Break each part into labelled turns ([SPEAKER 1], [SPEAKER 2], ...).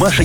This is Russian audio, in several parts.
[SPEAKER 1] Маша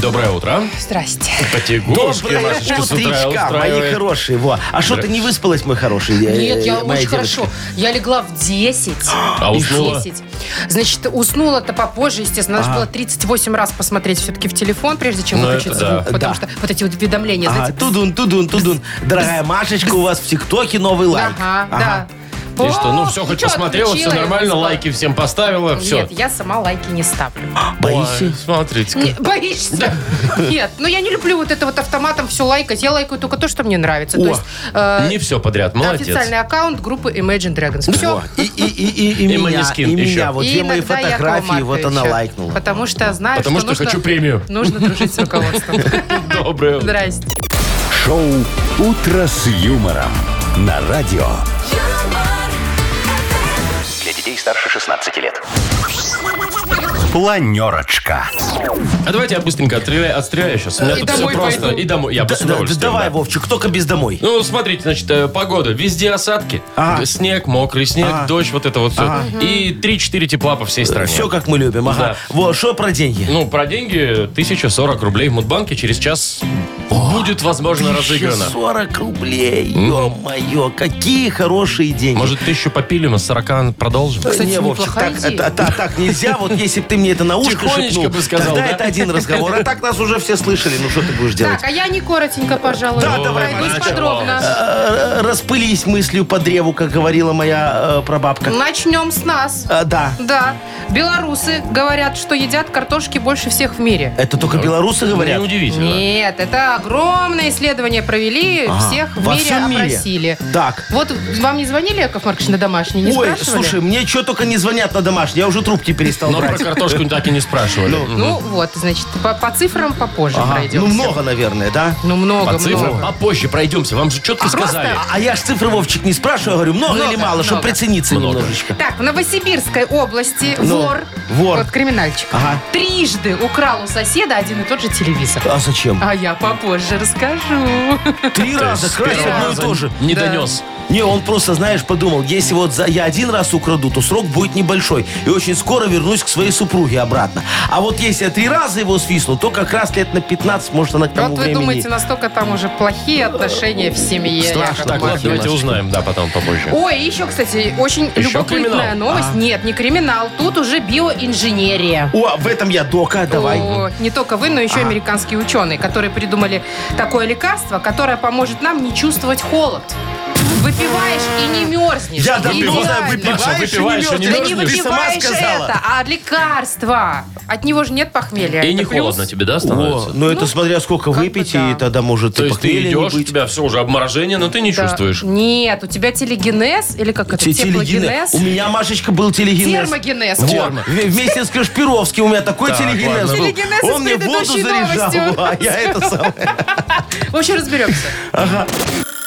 [SPEAKER 2] Доброе утро.
[SPEAKER 3] Здрасте.
[SPEAKER 2] Потягушки,
[SPEAKER 4] Доброе
[SPEAKER 2] Машечка, с утра
[SPEAKER 4] утречка, мои
[SPEAKER 2] устраивает.
[SPEAKER 4] хорошие. Во. А что ты не выспалась, мой хороший?
[SPEAKER 3] Нет,
[SPEAKER 4] э,
[SPEAKER 3] я
[SPEAKER 4] моя
[SPEAKER 3] очень
[SPEAKER 4] девочка?
[SPEAKER 3] хорошо. Я легла в 10.
[SPEAKER 2] А
[SPEAKER 3] И
[SPEAKER 2] уснула?
[SPEAKER 3] 10. Значит, уснула-то попозже, естественно. Надо было 38 раз посмотреть все-таки в телефон, прежде чем
[SPEAKER 2] Ну,
[SPEAKER 3] выключить
[SPEAKER 2] это да.
[SPEAKER 3] звук. Потому
[SPEAKER 4] Да.
[SPEAKER 3] что вот эти вот уведомления,
[SPEAKER 4] Ага,
[SPEAKER 3] знаете,
[SPEAKER 4] А, тудун, тудун, тудун. Дорогая Машечка, у вас в ТикТоке новый лайк.
[SPEAKER 3] Ага, да.
[SPEAKER 2] И что, ну
[SPEAKER 3] О,
[SPEAKER 2] все, хоть
[SPEAKER 3] чё,
[SPEAKER 2] посмотрела, все
[SPEAKER 3] отключила я,
[SPEAKER 2] нормально,
[SPEAKER 3] спала.
[SPEAKER 2] лайки всем поставила, все.
[SPEAKER 3] Нет, я сама лайки не ставлю.
[SPEAKER 4] Боишься?
[SPEAKER 3] Не,
[SPEAKER 2] Смотрите.
[SPEAKER 3] Боишься? Нет, но я не люблю вот это вот автоматом все лайкать. Я лайкаю только то, что мне нравится.
[SPEAKER 4] О,
[SPEAKER 3] То есть э,
[SPEAKER 2] Не все подряд, молодец. Ну,
[SPEAKER 3] официальный аккаунт группы Imagine Dragons. Все.
[SPEAKER 4] Во. И, и, и, и, и,
[SPEAKER 2] И
[SPEAKER 4] меня,
[SPEAKER 2] Måneskin
[SPEAKER 4] и
[SPEAKER 2] еще.
[SPEAKER 4] меня. Вот две мои фотографии, вот она лайкнула.
[SPEAKER 3] Потому что знаю,
[SPEAKER 2] Потому что
[SPEAKER 3] нужно-
[SPEAKER 2] хочу премию.
[SPEAKER 3] Нужно дружить с руководством.
[SPEAKER 2] Доброе утро.
[SPEAKER 3] Здрасте.
[SPEAKER 1] Шоу «Утро с юмором» на радио. Для детей старше 16 лет. Планерочка.
[SPEAKER 2] А давайте я быстренько отстреляю, отстреляю сейчас. У меня
[SPEAKER 3] И
[SPEAKER 2] тут все
[SPEAKER 3] домой
[SPEAKER 2] просто.
[SPEAKER 3] пойду.
[SPEAKER 2] И домой. Я бы
[SPEAKER 4] Да,
[SPEAKER 2] с
[SPEAKER 4] да,
[SPEAKER 2] удовольствием,
[SPEAKER 4] давай,
[SPEAKER 2] да.
[SPEAKER 4] Вовчик, только без домой.
[SPEAKER 2] Ну, смотрите, значит, э, погода. Везде осадки.
[SPEAKER 4] Ага.
[SPEAKER 2] Снег, мокрый снег,
[SPEAKER 4] Ага.
[SPEAKER 2] дождь, вот это вот все.
[SPEAKER 4] А.
[SPEAKER 2] И 3-4 тепла по всей стране.
[SPEAKER 4] Все, как мы любим. Ага.
[SPEAKER 2] Да.
[SPEAKER 4] Вот, что про деньги?
[SPEAKER 2] Ну, про деньги 1040 рублей в Мудбанке через час будет, возможно, разыграно.
[SPEAKER 4] 40 рублей, ё-моё, какие хорошие деньги.
[SPEAKER 2] Может, тысячу попилим, а 40 продолжим?
[SPEAKER 3] Кстати,
[SPEAKER 4] Э, не, Вовчик,
[SPEAKER 3] неплохая
[SPEAKER 4] так,
[SPEAKER 3] идея.
[SPEAKER 4] а- а- так нельзя. Вот если бы ты мне это на ушко
[SPEAKER 2] Тихонечко
[SPEAKER 4] шепнул,
[SPEAKER 2] бы сказал,
[SPEAKER 4] тогда
[SPEAKER 2] да?
[SPEAKER 4] это один разговор. А так нас уже все слышали. Ну что ты будешь делать?
[SPEAKER 3] Так, а я не коротенько, пожалуй.
[SPEAKER 4] Да, давай,
[SPEAKER 3] Пройдусь
[SPEAKER 2] началось.
[SPEAKER 3] подробно.
[SPEAKER 4] Э, Распылись мыслью по древу, как говорила моя э, прабабка.
[SPEAKER 3] Начнем с нас.
[SPEAKER 4] Э, Да.
[SPEAKER 3] Да. Белорусы говорят, что едят картошки больше всех в мире.
[SPEAKER 4] Это только белорусы говорят?
[SPEAKER 2] Неудивительно.
[SPEAKER 3] Нет, это огромное исследование провели, всех в
[SPEAKER 4] во
[SPEAKER 3] мире
[SPEAKER 4] всем мире.
[SPEAKER 3] опросили.
[SPEAKER 4] Так.
[SPEAKER 3] Вот вам не звонили, Яков Маркович, на домашний, не
[SPEAKER 4] Ой,
[SPEAKER 3] спрашивали?
[SPEAKER 4] слушай, мне что только не звонят на домашний, я уже трубки перестал
[SPEAKER 2] Но про
[SPEAKER 4] брать.
[SPEAKER 2] картошку так и не спрашивали.
[SPEAKER 3] Ну вот, значит, по, по цифрам попозже
[SPEAKER 4] Ага,
[SPEAKER 3] пройдемся.
[SPEAKER 4] Ну, много, наверное, да?
[SPEAKER 3] Ну много,
[SPEAKER 2] По цифрам
[SPEAKER 3] много.
[SPEAKER 2] попозже пройдемся. Вам же четко сказали.
[SPEAKER 4] А, а я ж цифры, Вовчик, не спрашиваю, я говорю, много,
[SPEAKER 3] Много,
[SPEAKER 4] или мало, чтобы
[SPEAKER 3] много.
[SPEAKER 4] прицениться немножечко.
[SPEAKER 3] Так, в Новосибирской области
[SPEAKER 4] Ну,
[SPEAKER 3] вор,
[SPEAKER 4] вор.
[SPEAKER 3] вот криминальчик,
[SPEAKER 4] Ага.
[SPEAKER 3] трижды украл у соседа один и тот же телевизор.
[SPEAKER 4] А зачем?
[SPEAKER 3] А я попозже расскажу.
[SPEAKER 4] Три раза,
[SPEAKER 2] С
[SPEAKER 4] красть
[SPEAKER 2] первого
[SPEAKER 4] одно и
[SPEAKER 2] раза
[SPEAKER 4] то же.
[SPEAKER 2] Не
[SPEAKER 3] Да.
[SPEAKER 2] донес.
[SPEAKER 4] Не, он просто, знаешь, подумал, если вот за, я один раз украду, то срок будет небольшой. И очень скоро вернусь к своей супруге обратно. А вот если я три раза его свистну, то как раз лет на 15, может, она к тому
[SPEAKER 3] Вот вы
[SPEAKER 4] времени...
[SPEAKER 3] думаете, настолько там уже плохие отношения в семье.
[SPEAKER 4] Страшно.
[SPEAKER 3] Яков
[SPEAKER 2] Так, ладно,
[SPEAKER 3] Маркович?
[SPEAKER 2] давайте узнаем, да, потом попозже.
[SPEAKER 3] Ой, и еще, кстати, очень
[SPEAKER 2] Еще
[SPEAKER 3] любопытная
[SPEAKER 2] криминал?
[SPEAKER 3] новость.
[SPEAKER 4] А.
[SPEAKER 3] Нет, не криминал, тут уже биоинженерия.
[SPEAKER 4] О, в этом я дока, давай.
[SPEAKER 3] О, не только вы, но еще американские ученые, которые придумали такое лекарство, которое поможет нам не чувствовать холод. Выпиваешь и не мерзнешь.
[SPEAKER 4] Я даже
[SPEAKER 3] Идеально.
[SPEAKER 4] не знаю, выпиваешь,
[SPEAKER 2] Маша, выпиваешь и не
[SPEAKER 3] Да
[SPEAKER 4] мерзнешь?
[SPEAKER 3] не
[SPEAKER 4] Ты сама
[SPEAKER 3] выпиваешь
[SPEAKER 4] сказала.
[SPEAKER 3] это, а лекарство. От него же нет похмелья.
[SPEAKER 2] И
[SPEAKER 3] Это
[SPEAKER 2] не
[SPEAKER 3] плюс.
[SPEAKER 2] холодно тебе, да,
[SPEAKER 4] О,
[SPEAKER 2] становится?
[SPEAKER 4] ну это смотря сколько
[SPEAKER 3] как бы
[SPEAKER 4] выпить,
[SPEAKER 3] да.
[SPEAKER 4] и тогда
[SPEAKER 3] типа
[SPEAKER 4] может
[SPEAKER 2] То
[SPEAKER 4] и
[SPEAKER 2] есть ты
[SPEAKER 4] похмелья не
[SPEAKER 2] идешь, у
[SPEAKER 4] быть.
[SPEAKER 2] тебя все уже обморожение, но ты не
[SPEAKER 3] Да.
[SPEAKER 2] чувствуешь.
[SPEAKER 3] Нет, у тебя телегенез, или как это,
[SPEAKER 4] Те- телегене-
[SPEAKER 3] теплогенез?
[SPEAKER 4] У меня, Машечка, был телегенез.
[SPEAKER 3] Типа Термогенез.
[SPEAKER 4] Во,
[SPEAKER 3] Термо.
[SPEAKER 4] в- вместе с Кашпировским у меня такой телегенез
[SPEAKER 2] ладно.
[SPEAKER 4] был.
[SPEAKER 3] Телегенез из
[SPEAKER 4] Он мне воду
[SPEAKER 3] предыдущей
[SPEAKER 4] заряжал,
[SPEAKER 3] новости у
[SPEAKER 4] а
[SPEAKER 3] нас.
[SPEAKER 4] я это сам.
[SPEAKER 3] В общем, разберемся.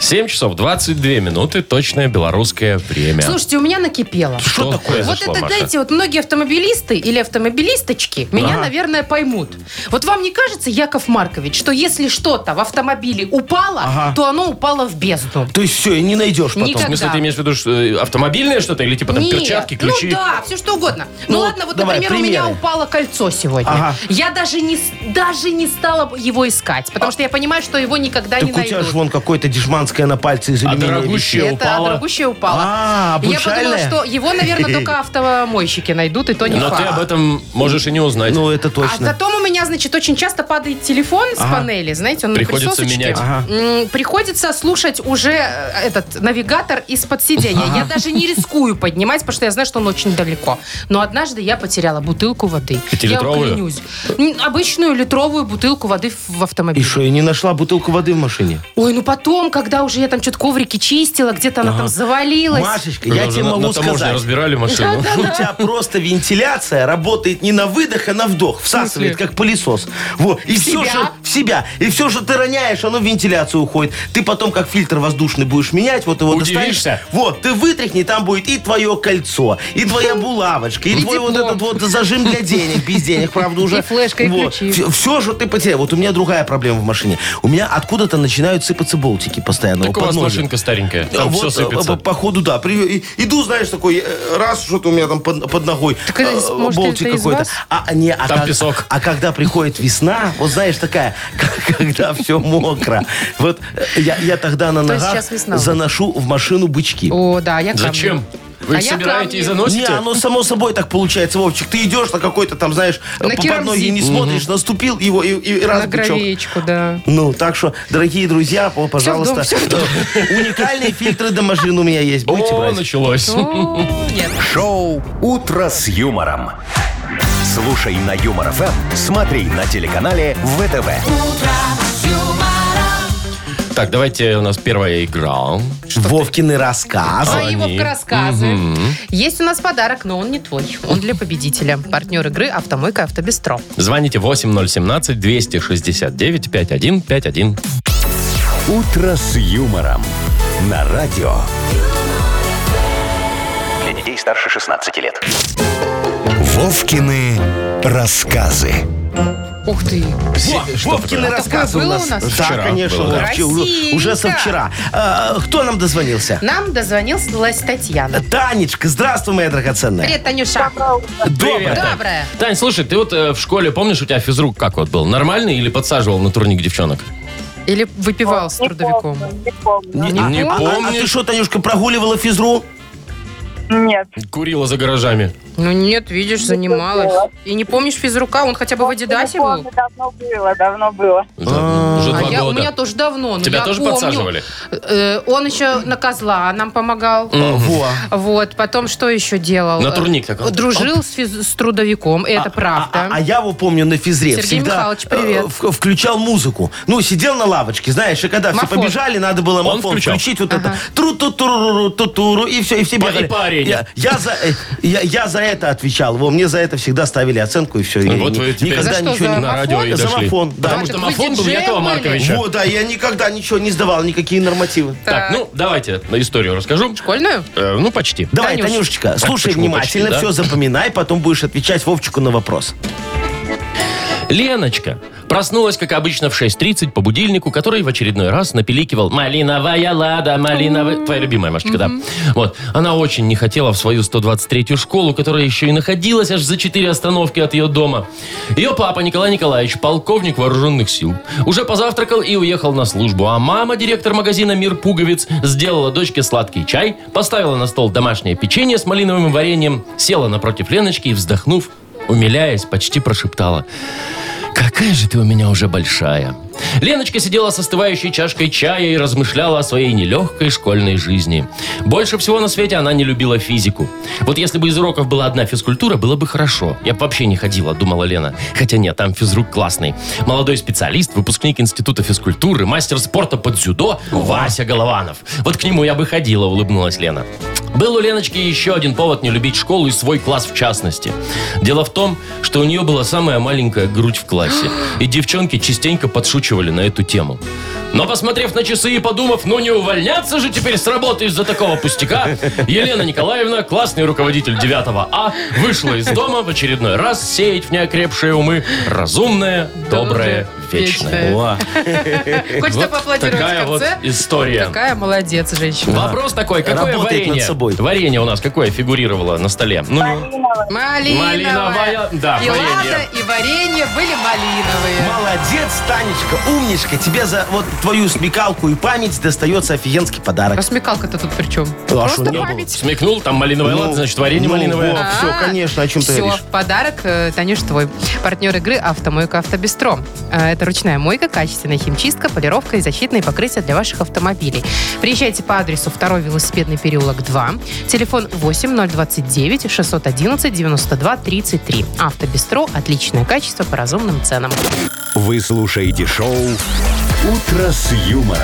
[SPEAKER 2] 7 часов 22 минуты, точное белорусское время.
[SPEAKER 3] Слушайте, у меня накипело.
[SPEAKER 2] что такое
[SPEAKER 3] Вот
[SPEAKER 2] зашло,
[SPEAKER 3] это,
[SPEAKER 2] Маша?
[SPEAKER 3] знаете, вот многие автомобилисты или автомобилисточки меня, наверное, поймут. Вот вам не кажется, Яков Маркович, что если что-то в автомобиле упало, то оно упало в бездну?
[SPEAKER 4] То есть все, и не найдешь потом.
[SPEAKER 2] В
[SPEAKER 3] Никогда.
[SPEAKER 2] смысле, ты имеешь в виду что, э, автомобильное что-то или типа там
[SPEAKER 3] Нет.
[SPEAKER 2] перчатки, ключи?
[SPEAKER 3] Ну да, все что угодно. Ну,
[SPEAKER 4] Ну,
[SPEAKER 3] ладно, вот,
[SPEAKER 4] давай,
[SPEAKER 3] например, у меня
[SPEAKER 4] примеры.
[SPEAKER 3] упало кольцо сегодня.
[SPEAKER 4] Ага.
[SPEAKER 3] Я даже не, с- даже не стала его искать, потому что я понимаю, что его никогда не
[SPEAKER 4] А. Так у
[SPEAKER 3] найду.
[SPEAKER 4] тебя же вон какое-то дешманское на пальце из
[SPEAKER 2] А
[SPEAKER 4] алюминия
[SPEAKER 2] дорогущее
[SPEAKER 4] висит.
[SPEAKER 3] Это
[SPEAKER 2] упало?
[SPEAKER 3] дорогущее упало.
[SPEAKER 4] А,
[SPEAKER 3] И я подумала,
[SPEAKER 4] обручальное?
[SPEAKER 3] что его, наверное, только автомойщики найдут, и то не
[SPEAKER 2] Но
[SPEAKER 3] факт.
[SPEAKER 2] ты об этом можешь и не узнать.
[SPEAKER 4] Ну, это
[SPEAKER 3] А
[SPEAKER 4] точно.
[SPEAKER 3] потом у меня, значит, очень часто падает телефон с панели, знаете, он
[SPEAKER 2] Приходится
[SPEAKER 3] на присосочке.
[SPEAKER 2] менять.
[SPEAKER 4] Ага.
[SPEAKER 3] М, Приходится слушать уже э, этот навигатор из-под сиденья. Я даже не рискую поднимать, потому что я знаю, что он очень далеко. Но однажды я потеряла бутылку воды. Я вам
[SPEAKER 2] Пятилитровую?
[SPEAKER 3] клянусь. М, Обычную литровую бутылку воды в- в
[SPEAKER 4] И
[SPEAKER 3] автомобиле.
[SPEAKER 4] что, и не нашла бутылку воды в машине?
[SPEAKER 3] Ой, ну потом, когда уже я там что-то коврики чистила, где-то она там завалилась.
[SPEAKER 4] Машечка,
[SPEAKER 2] Когда
[SPEAKER 4] я
[SPEAKER 2] уже
[SPEAKER 4] тебе
[SPEAKER 2] на- на
[SPEAKER 4] могу
[SPEAKER 2] таможне
[SPEAKER 4] сказать.
[SPEAKER 2] разбирали машину.
[SPEAKER 4] Ну, У тебя просто вентиляция работает не на выдох, а на вдох. Всасывает, как пылесос. Во. И
[SPEAKER 3] В
[SPEAKER 4] все,
[SPEAKER 3] себя?
[SPEAKER 4] что в себя. И все, что ты роняешь, оно в вентиляцию уходит. Ты потом, как фильтр воздушный, будешь менять, вот его достанешь.
[SPEAKER 2] Удивишься?
[SPEAKER 4] Вот, ты вытряхни, там будет и твое кольцо, и твоя булавочка, и,
[SPEAKER 3] И
[SPEAKER 4] твой вот
[SPEAKER 3] диплом.
[SPEAKER 4] этот вот зажим для денег, без денег, правда, уже.
[SPEAKER 3] И флешка, и
[SPEAKER 4] Вот.
[SPEAKER 3] ключи.
[SPEAKER 4] Все, все, что ты потерял. Вот у меня другая проблема в машине. У меня откуда-то начинают сыпаться болтики постоянно.
[SPEAKER 2] Так у
[SPEAKER 4] под
[SPEAKER 2] вас
[SPEAKER 4] ножи.
[SPEAKER 2] машинка старенькая,
[SPEAKER 4] А
[SPEAKER 2] там
[SPEAKER 4] вот,
[SPEAKER 2] все
[SPEAKER 4] э,
[SPEAKER 2] сыпется.
[SPEAKER 4] по- Походу, да. При- и- Иду, знаешь, такой, э, раз что-то у меня там под, под ногой.
[SPEAKER 3] Так это,
[SPEAKER 4] э,
[SPEAKER 3] может,
[SPEAKER 4] болтик
[SPEAKER 3] это из
[SPEAKER 4] какой-то.
[SPEAKER 3] вас?
[SPEAKER 4] А, не, а,
[SPEAKER 2] Там
[SPEAKER 4] как-
[SPEAKER 2] песок.
[SPEAKER 4] а когда приходит весна, вот знаешь, такая, к- когда все мокро. Вот э, я, я тогда на
[SPEAKER 5] То есть
[SPEAKER 4] ногах
[SPEAKER 5] сейчас весна.
[SPEAKER 4] заношу в машину бычки.
[SPEAKER 3] О, да, я камни.
[SPEAKER 2] Зачем? Вы
[SPEAKER 3] А
[SPEAKER 2] их
[SPEAKER 3] я
[SPEAKER 2] собираете и
[SPEAKER 3] камни.
[SPEAKER 4] Не,
[SPEAKER 2] заносите?
[SPEAKER 4] оно само собой так получается, Вовчик. Ты идешь на какой-то там, знаешь,
[SPEAKER 3] На
[SPEAKER 4] по- под ноги
[SPEAKER 3] керамзит.
[SPEAKER 4] не смотришь, наступил его и, и раз
[SPEAKER 3] На
[SPEAKER 4] бычок.
[SPEAKER 3] гравеечку, да.
[SPEAKER 4] Ну, так что, дорогие друзья, о, пожалуйста,
[SPEAKER 3] всё в
[SPEAKER 4] уникальные фильтры до машин у меня есть. Будете
[SPEAKER 2] О,
[SPEAKER 4] брать?
[SPEAKER 2] началось.
[SPEAKER 3] О, Нет.
[SPEAKER 1] Шоу «Утро с юмором». Слушай на Юмор ФМ, смотри на телеканале ВТВ.
[SPEAKER 2] Так, давайте у нас первая игра.
[SPEAKER 4] Вовкины рассказ.
[SPEAKER 3] А его
[SPEAKER 2] Звони.
[SPEAKER 3] рассказы. Есть у нас подарок, но он не твой. Он для победителя. Партнер игры «Автомойка Автобестро».
[SPEAKER 2] Звоните 8017-269-5151.
[SPEAKER 1] «Утро с юмором» на радио.
[SPEAKER 6] Для детей старше 16 лет.
[SPEAKER 1] Вовкины рассказы.
[SPEAKER 3] Ух ты.
[SPEAKER 4] Во- Вовкины рассказы у
[SPEAKER 3] Такое
[SPEAKER 4] нас.
[SPEAKER 3] было у нас?
[SPEAKER 4] Да,
[SPEAKER 2] Вчера
[SPEAKER 4] конечно,
[SPEAKER 2] было, да.
[SPEAKER 4] Вовчик, уже,
[SPEAKER 3] Красивенько.
[SPEAKER 4] уже со вчера. А, кто нам дозвонился?
[SPEAKER 3] Нам дозвонилась Татьяна.
[SPEAKER 4] Танечка, здравствуй, моя драгоценная.
[SPEAKER 3] Привет, Танюша.
[SPEAKER 2] Привет, Тань.
[SPEAKER 3] Доброе.
[SPEAKER 2] Тань, слушай, ты вот э, в школе, помнишь, у тебя физрук как вот был? Нормальный или подсаживал на турник девчонок?
[SPEAKER 3] Или выпивал с трудовиком?
[SPEAKER 7] Не помню.
[SPEAKER 2] Не,
[SPEAKER 4] А- а- А,
[SPEAKER 2] помнишь?
[SPEAKER 4] ты что, Танюшка, прогуливала физру?
[SPEAKER 7] Нет.
[SPEAKER 2] Курила за гаражами.
[SPEAKER 3] Ну нет, видишь, занималась. И не помнишь физрука? Он хотя бы в Адидасе был?
[SPEAKER 7] Помню, Давно было, давно было.
[SPEAKER 2] Да, Уже Ну, два
[SPEAKER 3] А я, у меня
[SPEAKER 2] года.
[SPEAKER 3] тоже давно. но
[SPEAKER 2] Тебя
[SPEAKER 3] я
[SPEAKER 2] тоже
[SPEAKER 3] помню.
[SPEAKER 2] подсаживали?
[SPEAKER 3] Э, он еще на козла нам помогал.
[SPEAKER 4] Во.
[SPEAKER 3] Вот, потом что еще делал?
[SPEAKER 2] На турник так.
[SPEAKER 3] Дружил с, физ- с трудовиком, это
[SPEAKER 4] А,
[SPEAKER 3] правда.
[SPEAKER 4] а я его помню на физре.
[SPEAKER 3] Сергей
[SPEAKER 4] всегда
[SPEAKER 3] Михайлович, привет.
[SPEAKER 4] э, в- включал музыку. Ну, сидел на лавочке, знаешь, и когда все
[SPEAKER 3] Мафон.
[SPEAKER 4] побежали, надо было
[SPEAKER 2] Он
[SPEAKER 4] мафон
[SPEAKER 2] включал.
[SPEAKER 4] включить вот это. тру ту туру ту туру и все, и все
[SPEAKER 2] По- и
[SPEAKER 4] бегали.
[SPEAKER 2] по арене.
[SPEAKER 4] Я, я за, э, я, я за это отвечал. Во, мне за это всегда ставили оценку, и все.
[SPEAKER 2] Ну, вот вы теперь
[SPEAKER 4] никогда
[SPEAKER 3] За что,
[SPEAKER 4] ничего
[SPEAKER 3] за
[SPEAKER 4] не
[SPEAKER 2] на
[SPEAKER 3] мафон?
[SPEAKER 2] радио и
[SPEAKER 4] За
[SPEAKER 2] дошли.
[SPEAKER 4] мафон, да.
[SPEAKER 2] Потому что
[SPEAKER 3] Так вы
[SPEAKER 2] мафон был
[SPEAKER 3] диджеи
[SPEAKER 2] Якова
[SPEAKER 3] были?
[SPEAKER 2] Марковича.
[SPEAKER 4] Во, да, я никогда ничего не сдавал, никакие нормативы.
[SPEAKER 2] Так, ну давайте на историю расскажу.
[SPEAKER 3] Школьную?
[SPEAKER 2] Э, ну, почти.
[SPEAKER 4] Давай,
[SPEAKER 3] Танюш.
[SPEAKER 4] Танюшечка, слушай
[SPEAKER 2] почему
[SPEAKER 4] внимательно,
[SPEAKER 2] почти, да?
[SPEAKER 4] все запоминай, потом будешь отвечать Вовчику на вопрос.
[SPEAKER 2] Леночка проснулась, как обычно, в 6.30 по будильнику, который в очередной раз напеликивал «Малиновая лада, малиновая...» Твоя любимая, Машечка, да. Вот. Она очень не хотела в свою 123-ю школу, которая еще и находилась аж за 4 остановки от ее дома. Ее папа Николай Николаевич, полковник вооруженных сил, уже позавтракал и уехал на службу, а мама, директор магазина «Мир пуговиц», сделала дочке сладкий чай, поставила на стол домашнее печенье с малиновым вареньем, села напротив Леночки и, вздохнув, умиляясь, почти прошептала – Какая же ты у меня уже большая. Леночка сидела с остывающей чашкой чая и размышляла о своей нелегкой школьной жизни. Больше всего на свете она не любила физику. Вот если бы из уроков была одна физкультура, было бы хорошо. Я бы вообще не ходила, думала Лена. Хотя нет, там физрук классный. Молодой специалист, выпускник Института физкультуры, мастер спорта под дзюдо Вася Голованов. Вот к нему я бы ходила, улыбнулась Лена. Был у Леночки еще один повод не любить школу и свой класс в частности. Дело в том, что у нее была самая маленькая грудь в классе. И девчонки частенько подшучивали на эту тему. Но посмотрев на часы и подумав, ну не увольняться же теперь с работы из-за такого пустяка, Елена Николаевна, классный руководитель 9 А, вышла из дома в очередной раз сеять в неокрепшие умы разумное, доброе,
[SPEAKER 3] Доброе,
[SPEAKER 2] вечное.
[SPEAKER 3] вечное.
[SPEAKER 4] О,
[SPEAKER 3] Хочется
[SPEAKER 2] Вот
[SPEAKER 3] поаплодировать
[SPEAKER 2] такая
[SPEAKER 3] в конце.
[SPEAKER 2] вот история.
[SPEAKER 3] Какая молодец женщина.
[SPEAKER 2] Вопрос такой, какое
[SPEAKER 4] Работает над
[SPEAKER 2] варенье?
[SPEAKER 4] собой.
[SPEAKER 2] Варенье у нас какое фигурировало на столе? Ну,
[SPEAKER 3] Малиновая.
[SPEAKER 2] Малиновая, да,
[SPEAKER 3] и
[SPEAKER 2] варенье.
[SPEAKER 3] лада, и варенье были малиновые.
[SPEAKER 4] Молодец, Танечка, умничка. Тебе за вот твою смекалку и память достается офигенский
[SPEAKER 3] А
[SPEAKER 4] подарок.
[SPEAKER 3] смекалка-то тут при чем?
[SPEAKER 2] А
[SPEAKER 4] что,
[SPEAKER 3] Просто
[SPEAKER 4] не
[SPEAKER 3] память. А,
[SPEAKER 2] смекнул, там
[SPEAKER 4] Ну,
[SPEAKER 2] малиновая лада, значит, варенье малиновое.
[SPEAKER 4] все, конечно, о чем ты
[SPEAKER 3] Все,
[SPEAKER 4] говоришь.
[SPEAKER 3] подарок, э, Танюш, твой. Партнер игры «Автомойка Автобестро». Э, Это ручная мойка, качественная химчистка, полировка и защитные покрытия для ваших автомобилей. Приезжайте по адресу 2 велосипедный переулок 2, телефон 8029 611 92 33. «Автобестро» – отличное качество по разумным ценам.
[SPEAKER 1] Вы слушаете шоу «Утро с юмором»